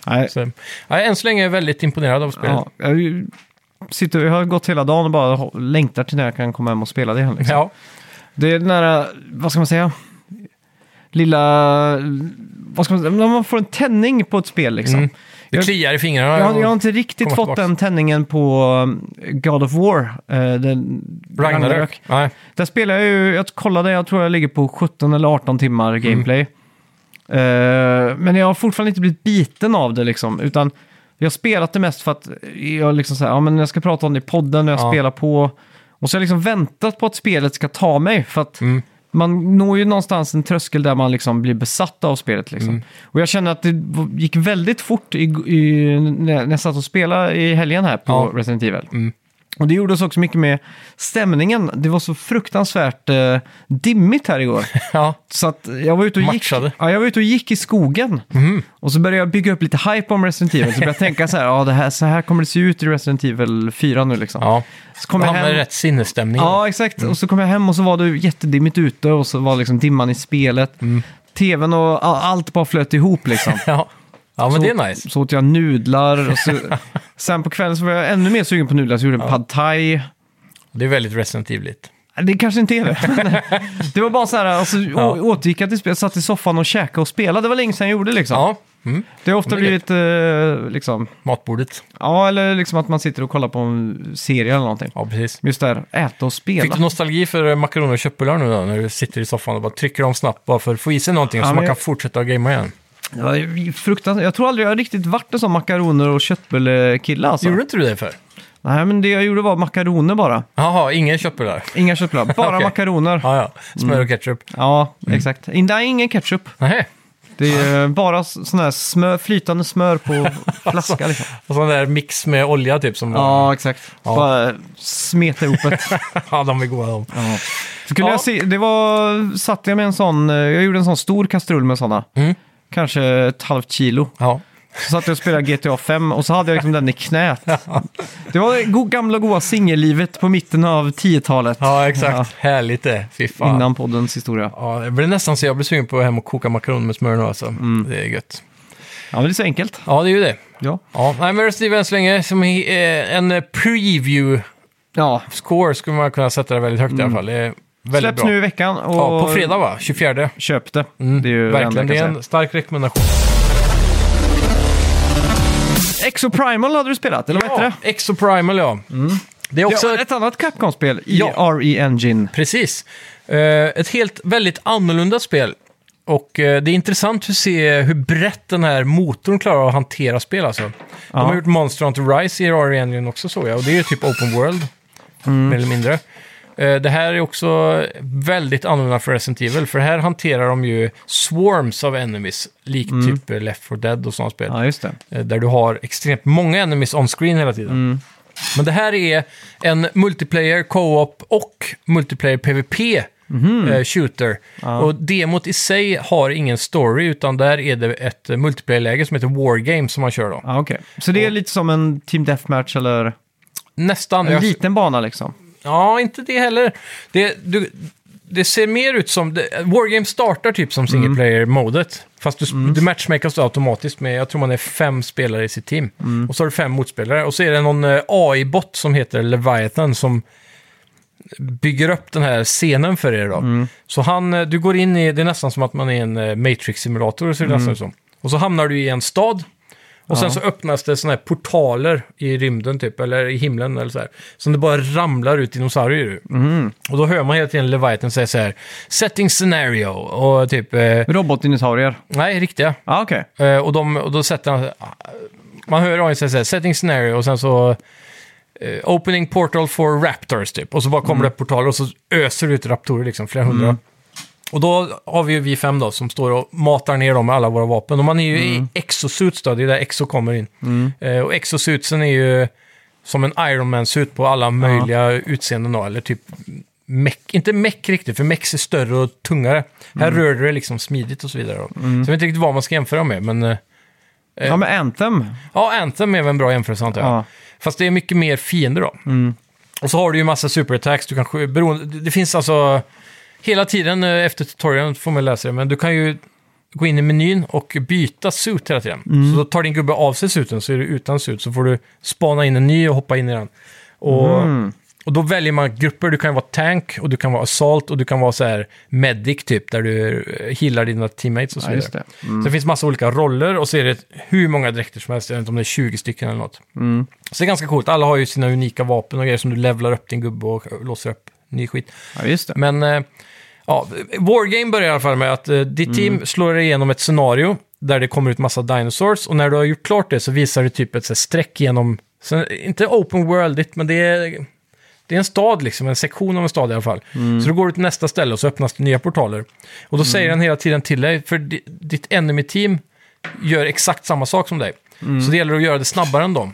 Nej, Så, ja, än så länge är jag väldigt imponerad av spelet. ja, jag, sitter, jag har gått hela dagen och bara ho- längtar till när jag kan komma hem och spela det igen. Liksom. Ja, Det är den där, vad ska man säga, lilla... Vad ska man säga, när man får en tänning på ett spel liksom. Mm. det Jag- kliar i fingrarna. Jag, har- jag har och- inte riktigt Komma fått tillbaks. den tänningen på um, God of War. eh, den, Ragnarök. Nej. Där spelar jag ju, jag kollade, jag tror jag ligger på 17 eller 18 timmar Mm. gameplay. Eh, men jag har fortfarande inte blivit biten av det liksom, utan jag har spelat det mest för att jag liksom så här, ja men jag ska prata om det i podden och jag Ja. spelar på. Och så har jag liksom väntat på att spelet ska ta mig för att Mm. man når ju någonstans en tröskel där man liksom blir besatt av spelet. Liksom. Mm. Och jag känner att det v- gick väldigt fort i, i, när när jag satt och spelade i helgen här på Ja. Mm. Resident Evil. Och det gjorde oss också mycket med stämningen. Det var så fruktansvärt eh, dimmigt här igår. Ja, Så att jag var ute och Matchade. Mhm. gick, ja, jag var ute och gick i skogen. Och så började jag bygga upp lite hype om Resident Evil. Så började jag tänka så här, ja, det här, så här kommer det se ut i Resident Evil 4 nu liksom. ja. Så kom Man jag hamnar i hem. rätt Mm. sinnesstämning. Ja, exakt. Och så kom jag hem och så var det jättedimmigt ute och så var liksom dimman i spelet. TVn och all- allt bara flöt ihop liksom. Mm. ja. ja men så, det är nice. Så åt jag nudlar och så, sen på kvällen så var jag ännu mer sugen på nudlar så jag gjorde en pad thai. Det är väldigt Resident Evil-igt. Det kanske inte är det. men det var bara så här, alltså, Ja. å- återgick jag till spel, satt i soffan och käkade och spelade. Det var länge sedan jag gjorde det liksom. Ja, mm. Det har ofta Men det är blivit eh, liksom, matbordet. ja eller liksom att man sitter och kollar på en serie eller någonting. Ja, precis. Just där, äta och Fick spela. du nostalgi för eh, makaroner och köttbullar nu då, när du sitter i soffan och bara trycker dem snabbt bara för att få i sig någonting Ja, så men man kan jag- fortsätta att gamea igen? Det var ju fruktansvärt. Jag tror aldrig jag riktigt varit en sån makaroner och köttbullekille alltså. Gjorde inte du det för? Nej, men det jag gjorde var makaroner bara. Jaha, inga köttbullar? Inga köttbullar, bara Okej. makaroner. Ja, Ja, Mm. ja. Smör Mm. och ketchup? exakt. In- Nej, ingen ketchup. Nej. Det är eh, bara s- sån här smör, flytande smör på Alltså. flaska liksom. Och sån där mix med olja typ som Ja, exakt. Ja. Bara smeta ihop ett. ja, de är goda de. Så kunde Ja. jag se, det var, satt jag med en sån, eh, jag gjorde en sån stor kastrull med såna. Mm. Kanske ett halvt kilo. Ja. Så satt jag och spelade GTA 5 och så hade jag liksom den i knät. Det var det go- gamla goa singellivet på mitten av 10-talet. ja, exakt. Härligt det. Fy fan. Innan poddens historia. Ja, det blir nästan så jag blir sugen på att hem och koka makaroner med smör nu alltså. Mm. Det är gött. Ja, men det är så enkelt. Ja, det är ju det. Ja, Ja, nej, men Resident Evil än så länge som i- eh, en preview-score ja. skulle man kunna sätta det väldigt högt i alla fall. Det är Mm. väldigt släpps bra. nu i veckan och Ja, på fredag va? 24. köp det. Det är ju Verkligen, det är en stark rekommendation. Exoprimal hade du spelat, eller vad hette det? Exoprimal ja. Det är också Mm. Ja, ett ett annat Capcom-spel i Ja. RE Engine. Mm, Precis. Eh, ett helt väldigt annorlunda spel. Och eh, det är intressant att se hur brett den här motorn klarar av att hantera spel alltså. De har Ja. gjort Monster Hunter Rise i RE Engine också såg jag. Och det är ju typ open world, mer eller mindre. Eh, det här är också väldigt annorlunda för Resident Evil. För här hanterar de ju swarms av enemies. Likt typ eh, Left 4 Dead och sådana spel. Ja, just det. Eh, Där du har extremt många enemies on screen hela tiden. Men det här är en multiplayer, co-op och multiplayer PVP eh, shooter. Och demot i sig har ingen story, utan där är det ett eh, multiplayer-läge som heter War Games som man kör då. Ja, okej. Så det är lite som en Team Deathmatch eller Nästan. en Jag- liten bana liksom. Ja, inte det heller. Det, du, det ser mer ut som... Det, Wargame startar typ som single player-modet. Fast du, du matchmakas då automatiskt med, jag tror man är fem spelare i sitt team. Och så har du fem motspelare. Och så är det någon eh, AI-bot som heter Leviathan som bygger upp den här scenen för er då. Så han, eh, du går in i, det är nästan som att man är en eh, Matrix-simulator, ser det nästan ut som. Och så hamnar du i en stad. Och sen så öppnas det såna här portaler i rymden typ, eller i himlen eller så här. Som det bara ramlar ut dinosaurier ur. Och då hör man hela tiden Leviathan säga så här, setting scenario, och typ, eh, Robotdinosaurier. nej riktiga. Ja, okej. Eh, och, de, och då sätter han, man hör AI säga så här, setting scenario, och sen så eh, opening portal for raptors typ. Och så bara kommer det upp portaler och så öser det ut raptorer liksom, flera hundra. Och då har vi ju vi fem då som står och matar ner dem med alla våra vapen. Och man är ju i exosuits då, det är där exo kommer in. Eh, och exosuitsen är ju som en Iron Man-suit på alla möjliga utseenden då, eller typ meck, inte meck riktigt, för mex är större och tungare. Här rör det liksom smidigt och så vidare. Då. Så jag vet inte riktigt vad man ska jämföra med, men eh, Ja, men Anthem. ja, Anthem är väl en bra jämförelse antar jag. Ja. Mm. Fast det är mycket mer fiender då. Och så har du ju massa superattacks, du kan sk- beroende, det, det finns alltså... Hela tiden eh, efter tutorialen får man läsa det, men du kan ju gå in i menyn och byta suit hela tiden. Mm. Så då tar din gubbe av sig suten, så är du utan sut, så får du spana in en ny och hoppa in i den. Och, Mm. och då väljer man grupper, du kan vara tank och du kan vara assault och du kan vara så här medic typ, där du eh, healar dina teammates och så Ja, vidare. just det. Så det finns massa olika roller och så är det hur många dräkter som helst, jag vet inte om det är 20 stycken eller något. Så det är ganska coolt, alla har ju sina unika vapen och grejer som du levlar upp din gubbe och låser upp ny skit. Ja, just det. Men eh, ja, Wargame börjar i alla fall med att eh, ditt team slår igenom ett scenario där det kommer ut massa dinosaurs och när du har gjort klart det så visar det typ ett så här, streck genom, så, inte open worldigt men det är Det är en stad liksom, en sektion av en stad i alla fall. Så då går du till nästa ställe och så öppnas det nya portaler. Och då säger den hela tiden till dig, för di- ditt enemy-team gör exakt samma sak som dig. Så det gäller att göra det snabbare än dem.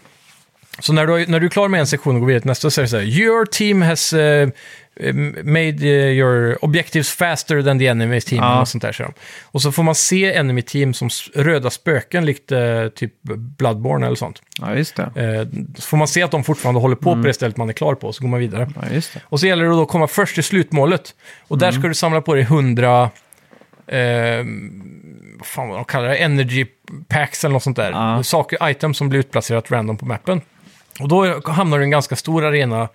Så när du, har- när du är klar med en sektion och går vidare till nästa så är det så här, Your team has eh, eh, made eh, your objectives faster than the enemy team. Ja. Och, sånt där, säger de. och så får man se enemy team som s- röda spöken, likt eh, typ Bloodborne eller sånt. Ja, just det. Eh, så får man se att de fortfarande håller på på det stället man är klar på, så går man vidare. Ja, just det. Och så gäller det då att komma först till slutmålet. Och där ska du samla på dig 100... Eh, vad fan vad de kallar det? Energy packs eller något sånt där. Ja. Saker, items som blir utplacerat random på mappen. Och då hamnar du i en ganska stor arena.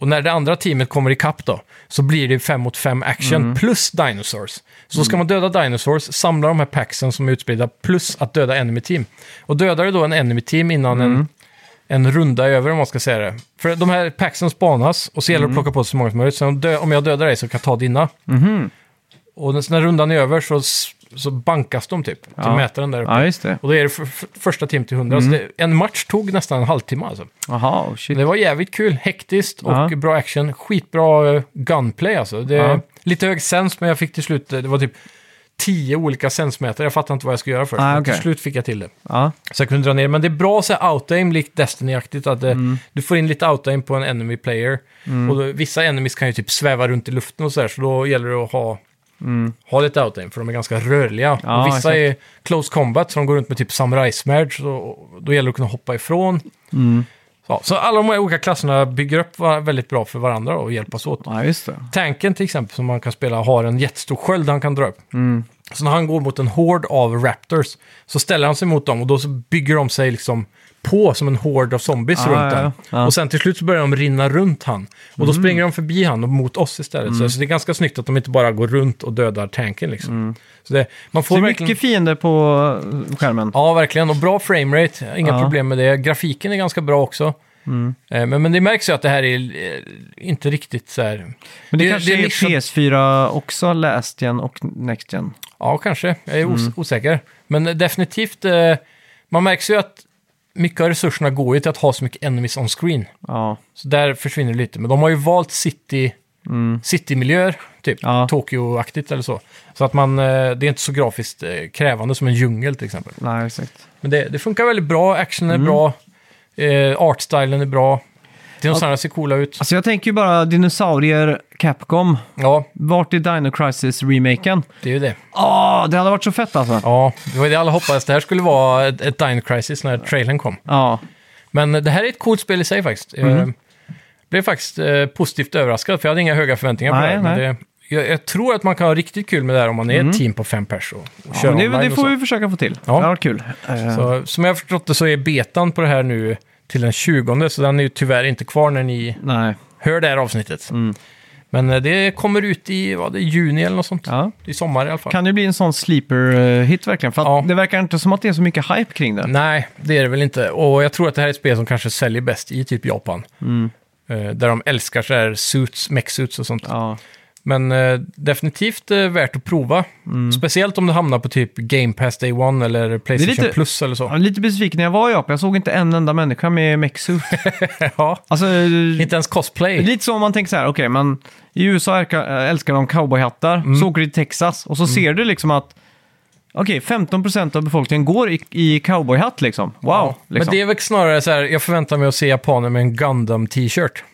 Och när det andra teamet kommer ikapp då, så blir det fem mot fem action Mm. plus dinosaurs. Så då ska man döda dinosaurs, samla de här packsen som är utspridda, plus att döda enemy team. Och dödar du då en enemy team innan Mm. en, en runda är över, om man ska säga det. För de här packsen spanas och så gäller det Mm. att plocka på sig så många som möjligt. Så om dö- om jag dödar dig så kan jag ta dina. Mm-hmm. Och när- när rundan är över så, s- så bankas de typ, till Ja. mätaren där uppe. Ja, Mm. just det. Och då är det för, för, första tim till 100. Så det, en match tog nästan en halvtimme alltså. Jaha, oh shit. Det var jävligt kul, hektiskt och Ja. bra action. Skitbra eh, gunplay alltså. Det, Ja. Lite hög sens, men jag fick till slut, eh, det var typ tio olika sensmätare. Jag fattade inte vad jag skulle göra först. Ah, men okej. Till slut fick jag till det. Ja, Så jag kunde dra ner. Men det är bra så här out-aim, likt Destiny-aktigt. Att eh, Mm. Du får in lite out-aim på en enemy player. Och då, vissa enemies kan ju typ sväva runt i luften och så där, så då gäller det att ha, ha lite out-aim, för de är ganska rörliga. Ja, och vissa är close combat, så de går runt med typ samurai-smärd, så då, då gäller det att kunna hoppa ifrån. Ja, så alla de här olika klasserna bygger upp var- väldigt bra för varandra och hjälpas åt. ja just det. Tanken till exempel som man kan spela har en jättestor sköld han kan dra upp. Så när han går mot en hord av raptors så ställer han sig mot dem och då så bygger de sig liksom på som en hord av zombies Ah, runt ja, den. ja. Mm. Och sen till slut så börjar de rinna runt han. Och då springer de förbi han och mot oss istället. Så, så det är ganska snyggt att de inte bara går runt och dödar tanken liksom. Så det, man får Så Mm. det är verkligen... mycket fiender på eh, skärmen. Ja, verkligen. Och bra framerate. Inga Ja. Mm. problem med det. Grafiken är ganska bra också. Eh, Men, men det märks ju att det här är eh, inte riktigt så här... Men det, det- kanske det är är liksom- PS4 också, Last Gen och Next Gen. Ja, kanske. Jag är os- osäker. Men eh, definitivt, eh, man märks ju att mycket av resurserna går ju till att ha så mycket enemies on screen. Ja, Så där försvinner det lite. Men de har ju valt city, citymiljöer, typ Ja. Tokyo-aktigt eller så. Så att man, eh, det är inte så grafiskt eh, krävande som en djungel till exempel. nej exakt. Men det, det funkar väldigt bra, actionen är bra, eh, artstylen är bra. Dinosaurierna ser coola ut. Alltså jag tänker ju bara dinosaurier, Capcom. Ja, Vart är Dino Crisis-remaken? det är ju det. Åh, det hade varit så fett alltså! Ja, det var ju det alla hoppades. Det här skulle vara ett, ett Dino Crisis när trailern kom. Ja, Men det här är ett coolt spel i sig faktiskt. Mhm. Jag blev faktiskt eh, positivt överraskad, för jag hade inga höga förväntningar på Nej, det här. Men nej. Mhm. det jag, jag tror att man kan ha riktigt kul med det här om man är ett team på fem pers och, och ja kör men det, online det och får så. vi försöka få till. Det Ja. hade varit kul. Eh, så. Som jag har förstått det så är betan på det här nu till den 20, så den är ju tyvärr inte kvar när ni Nej, hör det här avsnittet. Mm. Men eh, det kommer ut i vad, det är juni eller något sånt. ja. I sommar i alla fall. Kan ju bli en sån sleeper-hit verkligen. För att Ja. det verkar inte som att det är så mycket hype kring det. Nej, det är det väl inte. Och jag tror att det här är ett spel som kanske säljer bäst i typ Japan. Eh, där de älskar så här suits, mech-suits och sånt. Mm. Ja, Men eh, definitivt eh, värt att prova. Mm. Speciellt om det hamnar på typ Game Pass Day One eller Playstation lite- Plus eller jag så. är lite besviken när jag var i Japan. Jag såg inte en enda människa med mexu. ja. Alltså, eh, Inte ens cosplay. lite så om man tänker så här, okej, men i USA älskar, äh, älskar de cowboyhattar, Mm. så åker du till Texas och så ser du liksom att okej, 15% av befolkningen går i, i cowboyhatt liksom. Wow! Ja. liksom. Men det är väl snarare så här, jag förväntar mig att se japaner med en Gundam-t-shirt.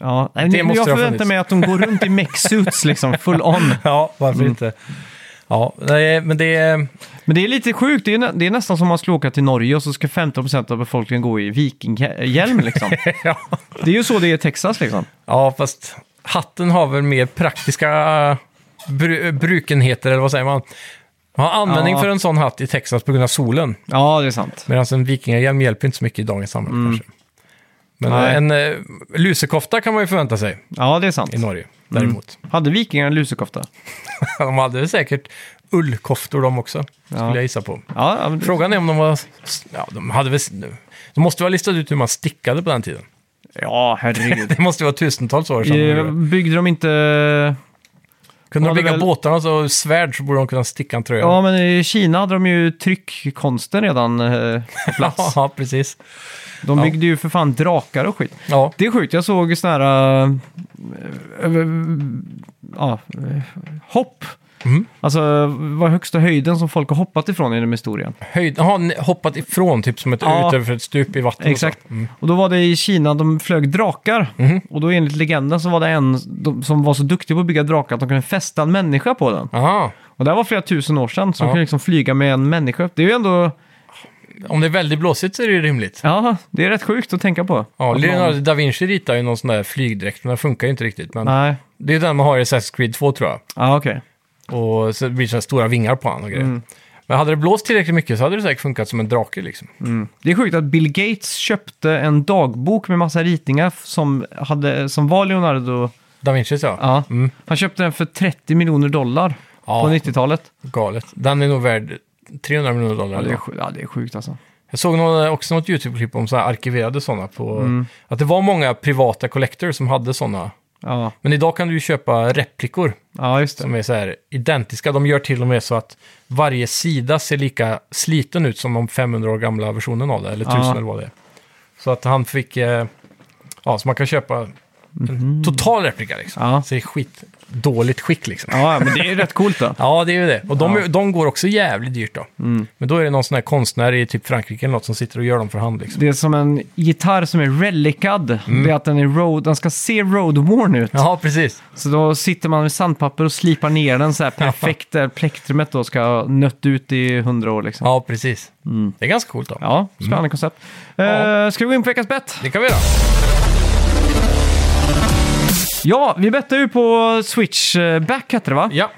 ja, nej, det men måste jag det ha förväntar funnits. mig att de går runt i mexsuits liksom, full on. Ja, varför Mm. inte? Ja, nej, men det är... Men det är lite sjukt, det är, nä- det är nästan som att man skulle åka till Norge och så ska 15% av befolkningen gå i vikinghjälm liksom. ja. det är ju så det är i Texas liksom. ja, fast hatten har väl mer praktiska eh, bru- brukenheter, eller vad säger man? Man har användning Ja. för en sån hatt i Texas på grund av solen. Ja, det är sant. Medan en vikingahjälm hjälper inte så mycket i dagens samhälle kanske. Men Mm. Nej. eh, en eh, lusekofta kan man ju förvänta sig Ja, det är sant. i Norge däremot. Hade vikingarna lusekofta? De hade väl säkert ullkoftor de också, skulle Ja. jag gissa på. Ja, ja, men det- Frågan är om de var... Ja, de hade väl... De måste väl ha listat ut hur man stickade på den tiden. ja herregud. Det måste ju vara tusentals år sedan. Eh, Byggde de inte... Kunde var de det bygga väl- båtarna så svärd så borde de kunna sticka en tröja. Ja, men i Kina hade de ju tryckkonsten redan eh, på plats. Ja, precis. De Ja. byggde ju för fan drakar och skit. Ja. Det är sjukt, jag såg såna här... eh, eh, Ja, eh, hopp. Mm. Alltså vad högsta höjden som folk har hoppat ifrån genom historien. Höjd, aha, ni- hoppat ifrån, typ som ett Ja. ut över ett stup i vatten. och Exakt. så. Mm. Mhm. Och då var det i Kina de flög drakar. Och då enligt legenden så var det en de, som var så duktig på att bygga drakar att de kunde fästa en människa på den. Aha. Och det här var flera tusen år sedan, så de Ja. kunde liksom flyga med en människa. upp. Det är ju ändå... Om det är väldigt blåsigt så är det ju rimligt. Ja, det är rätt sjukt att tänka på. Ja, Att Leonardo någon- da Vinci ritade ju någon sån där flygdräkt, men den funkar ju inte riktigt. Men Nej, det är den man har i Assassin's Creed 2 tror jag. ja okej. Och så blir det såna stora vingar på honom och grejer. Mm. Men hade det blåst tillräckligt mycket så hade det säkert funkat som en drake liksom. Det är sjukt att Bill Gates köpte en dagbok med massa ritningar f- som, hade, som var Leonardo. Da Vinci så. Ja. Han köpte den för 30 miljoner dollar på Ja. 90-talet. Galet. Den är nog värd 300 miljoner dollar. Ja, det är, eller? sj- ja, det är sjukt alltså. Jag såg någon, eh, också något YouTube-klipp om så här arkiverade sådana. På, Mm. Att det var många privata collectors som hade sådana. Ja, Men idag kan du ju köpa replikor ja just det. som är så här identiska. De gör till och med så att varje sida ser lika sliten ut som de 500 år gamla versionen av det, eller 1000 Ja. eller vad det är. Så att han fick, eh, ja, så man kan köpa en total replika liksom. Ja. Så det är skit, dåligt skick liksom. Ja. Ja, men det är ju rätt coolt då. det är ju det. Och de, är- de går också jävligt dyrt då. Men då är det någon sån här konstnär i typ Frankrike eller något som sitter och gör dem för hand liksom. Det är som en gitarr som är relicad. Det är att den är road, den ska se road worn ut. Ja, precis. Så då sitter man med sandpapper och slipar ner den så här perfekt där plektrumet då ska ha nött ut i hundra år liksom. Ja, precis. Det är ganska coolt då. Ja, spännande koncept. Eh, ska vi gå in på veckans bett? Det kan vi göra. Ja, vi bettade ju på Switch eh, Back hette det va? Ja,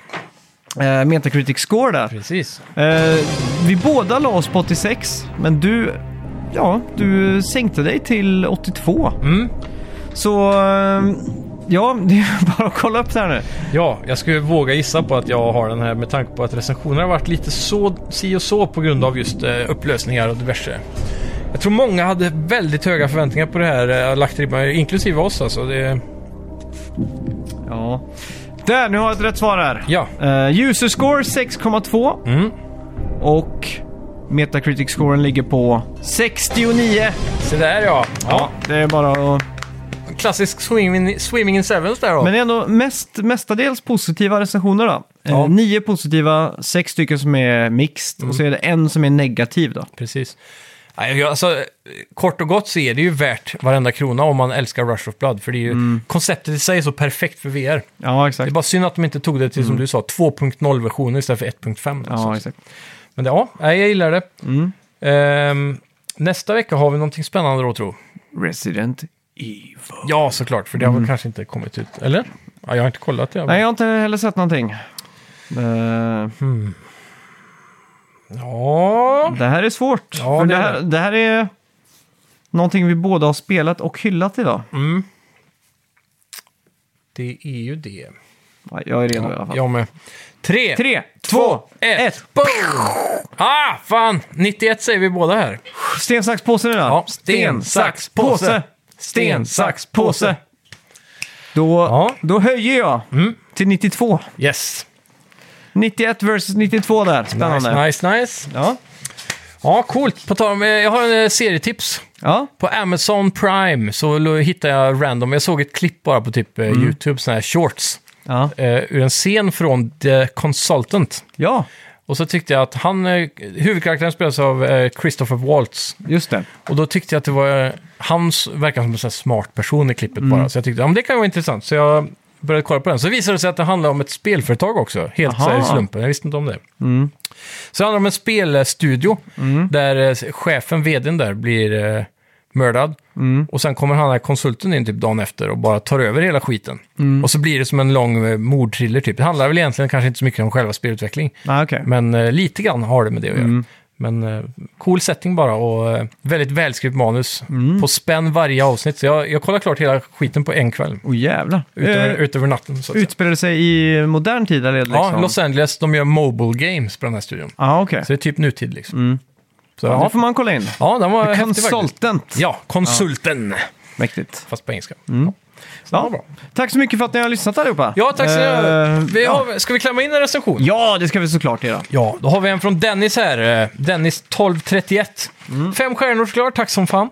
Eh, Metacritic Score där. precis. Eh, vi båda la oss på 86, men du, ja, du sänkte dig till 82. Mm. Så, eh, ja, det är bara att kolla upp det här nu. Ja, jag skulle våga gissa på att jag har den här med tanke på att recensionerna har varit lite så, si och så på grund av just eh, upplösningar och diverse. Jag tror många hade väldigt höga förväntningar på det här, eh, lagt ribban, inklusive oss alltså. Det, Ja. Där, nu har jag ett rätt svar här. ja, Eh, user score 6,2. Mm. Och Metacritic-scoren ligger på 69. se där ja. ja. Det är bara att... Klassisk swimming, swimming in sevens där då. Men det är ändå mest, mestadels positiva recensioner då. Eh, Ja. Nio positiva, sex stycken som är mixed och så Mm. är det en som är negativ då. Precis. Nej, jag- Alltså, eh, kort och gott så är det ju värt varenda krona om man älskar Rush of Blood. För det är ju, Mm. konceptet i sig är så perfekt för VR. Ja, Det är exakt. bara synd att de inte tog det till, som du sa, 2.0-versionen istället för 1.5. Mm. Ja, alltså. exakt. Men det, ja, nej, jag gillar det. Ehm, nästa vecka har vi någonting spännande då, tror Resident Evil. Ja, såklart, för det har väl kanske inte kommit ut. Eller? Ja, jag har inte kollat det. Nej, jag har inte heller sett någonting. Eh, Ja, det här är svårt. Ja, för det det, är här, det. det här är någonting vi båda har spelat och hyllat idag. Mm. det är ju det. Ja, Jag är redo i alla fall. Jag med. Tre, Tre, två, två, ett, boom! Ah, fan! 91 säger vi båda här. Sten, sax, påse nu då. Ja, sten, sax, påse. Sten, sax, påse. Då, Ja. Mm. då höjer jag till 92. Yes. 91 versus 92 där. Spännande. Nice, nice, nice. Ja. Ja, coolt. På tal om, eh, jag har en eh, serietips. ja, På Amazon Prime så lo- hittade jag random, jag såg ett klipp bara på typ eh, YouTube, sådana här shorts. ja, eh, ur en scen från The Consultant. ja, Och så tyckte jag att han, eh, huvudkaraktären spelas av eh, Christopher Waltz. just det. Och då tyckte jag att det var, eh, han s- verkar som en sån här smart person i klippet bara. Så jag tyckte, ja men det kan ju vara intressant. Så jag började kolla på den. Så visade det sig att det handlar om ett spelföretag också, helt så här i Aha. slumpen. Jag visste inte om det. Så det handlar om en spelstudio där eh, chefen, vdn där, blir eh, mördad. Och sen kommer han här konsulten in typ dagen efter och bara tar över hela skiten. Och så blir det som en lång eh, mordthriller typ. Det handlar väl egentligen kanske inte så mycket om själva spelutveckling. Ah, okay. Men eh, lite grann har det med det att göra. Mm. Men eh, cool setting bara och eh, väldigt välskrivet manus. Mm. På spänn varje avsnitt. Så jag, jag kollar klart hela skiten på en kväll. Åh jävlar. Utöver, Eh, utöver natten så att säga. Utspelar det sig i modern tid eller? är det Ja, liksom- Los Angeles, de gör mobile games på den här studion. Ja, okej. Så det är typ nutid liksom. Så, Mm. Ja, det ja, får man kolla in. ja, den var häftig faktiskt. Consultant. Ja, konsulten. Mäktigt. Mm. Fast på engelska. Ja. Ja. Tack så mycket för att ni har lyssnat allihopa. Ja, tack så Eh, mycket. Vi ja. har- Ska vi klämma in en recension? ja, det ska vi såklart göra. Ja, då har vi en från Dennis här. eh, Dennis 1231. Mm. Fem stjärnor såklart, tack som fan.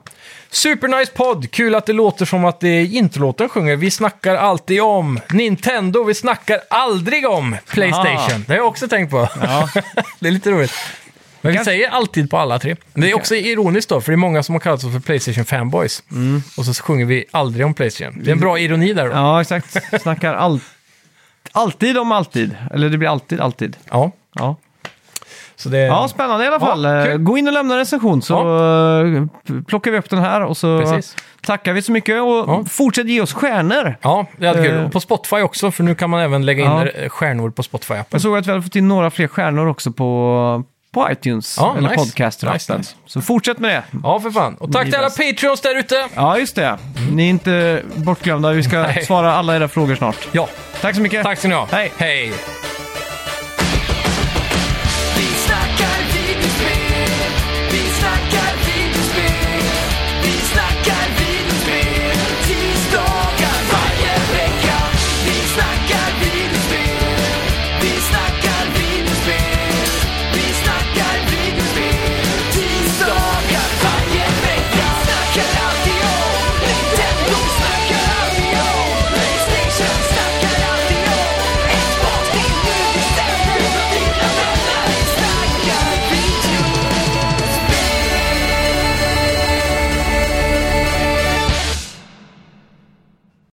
Supernice podd, kul att det låter som att det är introlåten sjunger. Vi snackar alltid om Nintendo, vi snackar aldrig om Playstation. Ah. Det har jag också tänkt på. det är lite roligt. Men vi Kanske- säger alltid på alla tre. Det är också ironiskt då, för det är många som har kallat oss för Playstation fanboys. Och så sjunger vi aldrig om Playstation. Det är en bra ironi där då. Ja. Mm. Ja, exakt. Snackar all... alltid om alltid. Eller det blir alltid, alltid. Ja, Så det... ja spännande i alla fall. kul. Eh, Gå in och lämna en recension så eh, p- plockar vi upp den här och så Precis. tackar vi så mycket och Ja. fortsätt ge oss stjärnor. Ja, det hade kul. Eh. Och på Spotify också, för nu kan man även lägga in Ja. re- stjärnor på Spotify-appen. Jag såg att vi hade fått in några fler stjärnor också på, på iTunes Ja, eller nice. podcaster. Nice, nice. Så fortsätt med det. Ja, för fan. Och tack Ni till alla bäst. Patreons där ute! Ja, just det. Ni är inte bortglömda. Vi ska Nej. svara alla era frågor snart. Ja, Tack så mycket. tack ska ni ha. Hej. Hej. Vi snackar videospel, vi snackar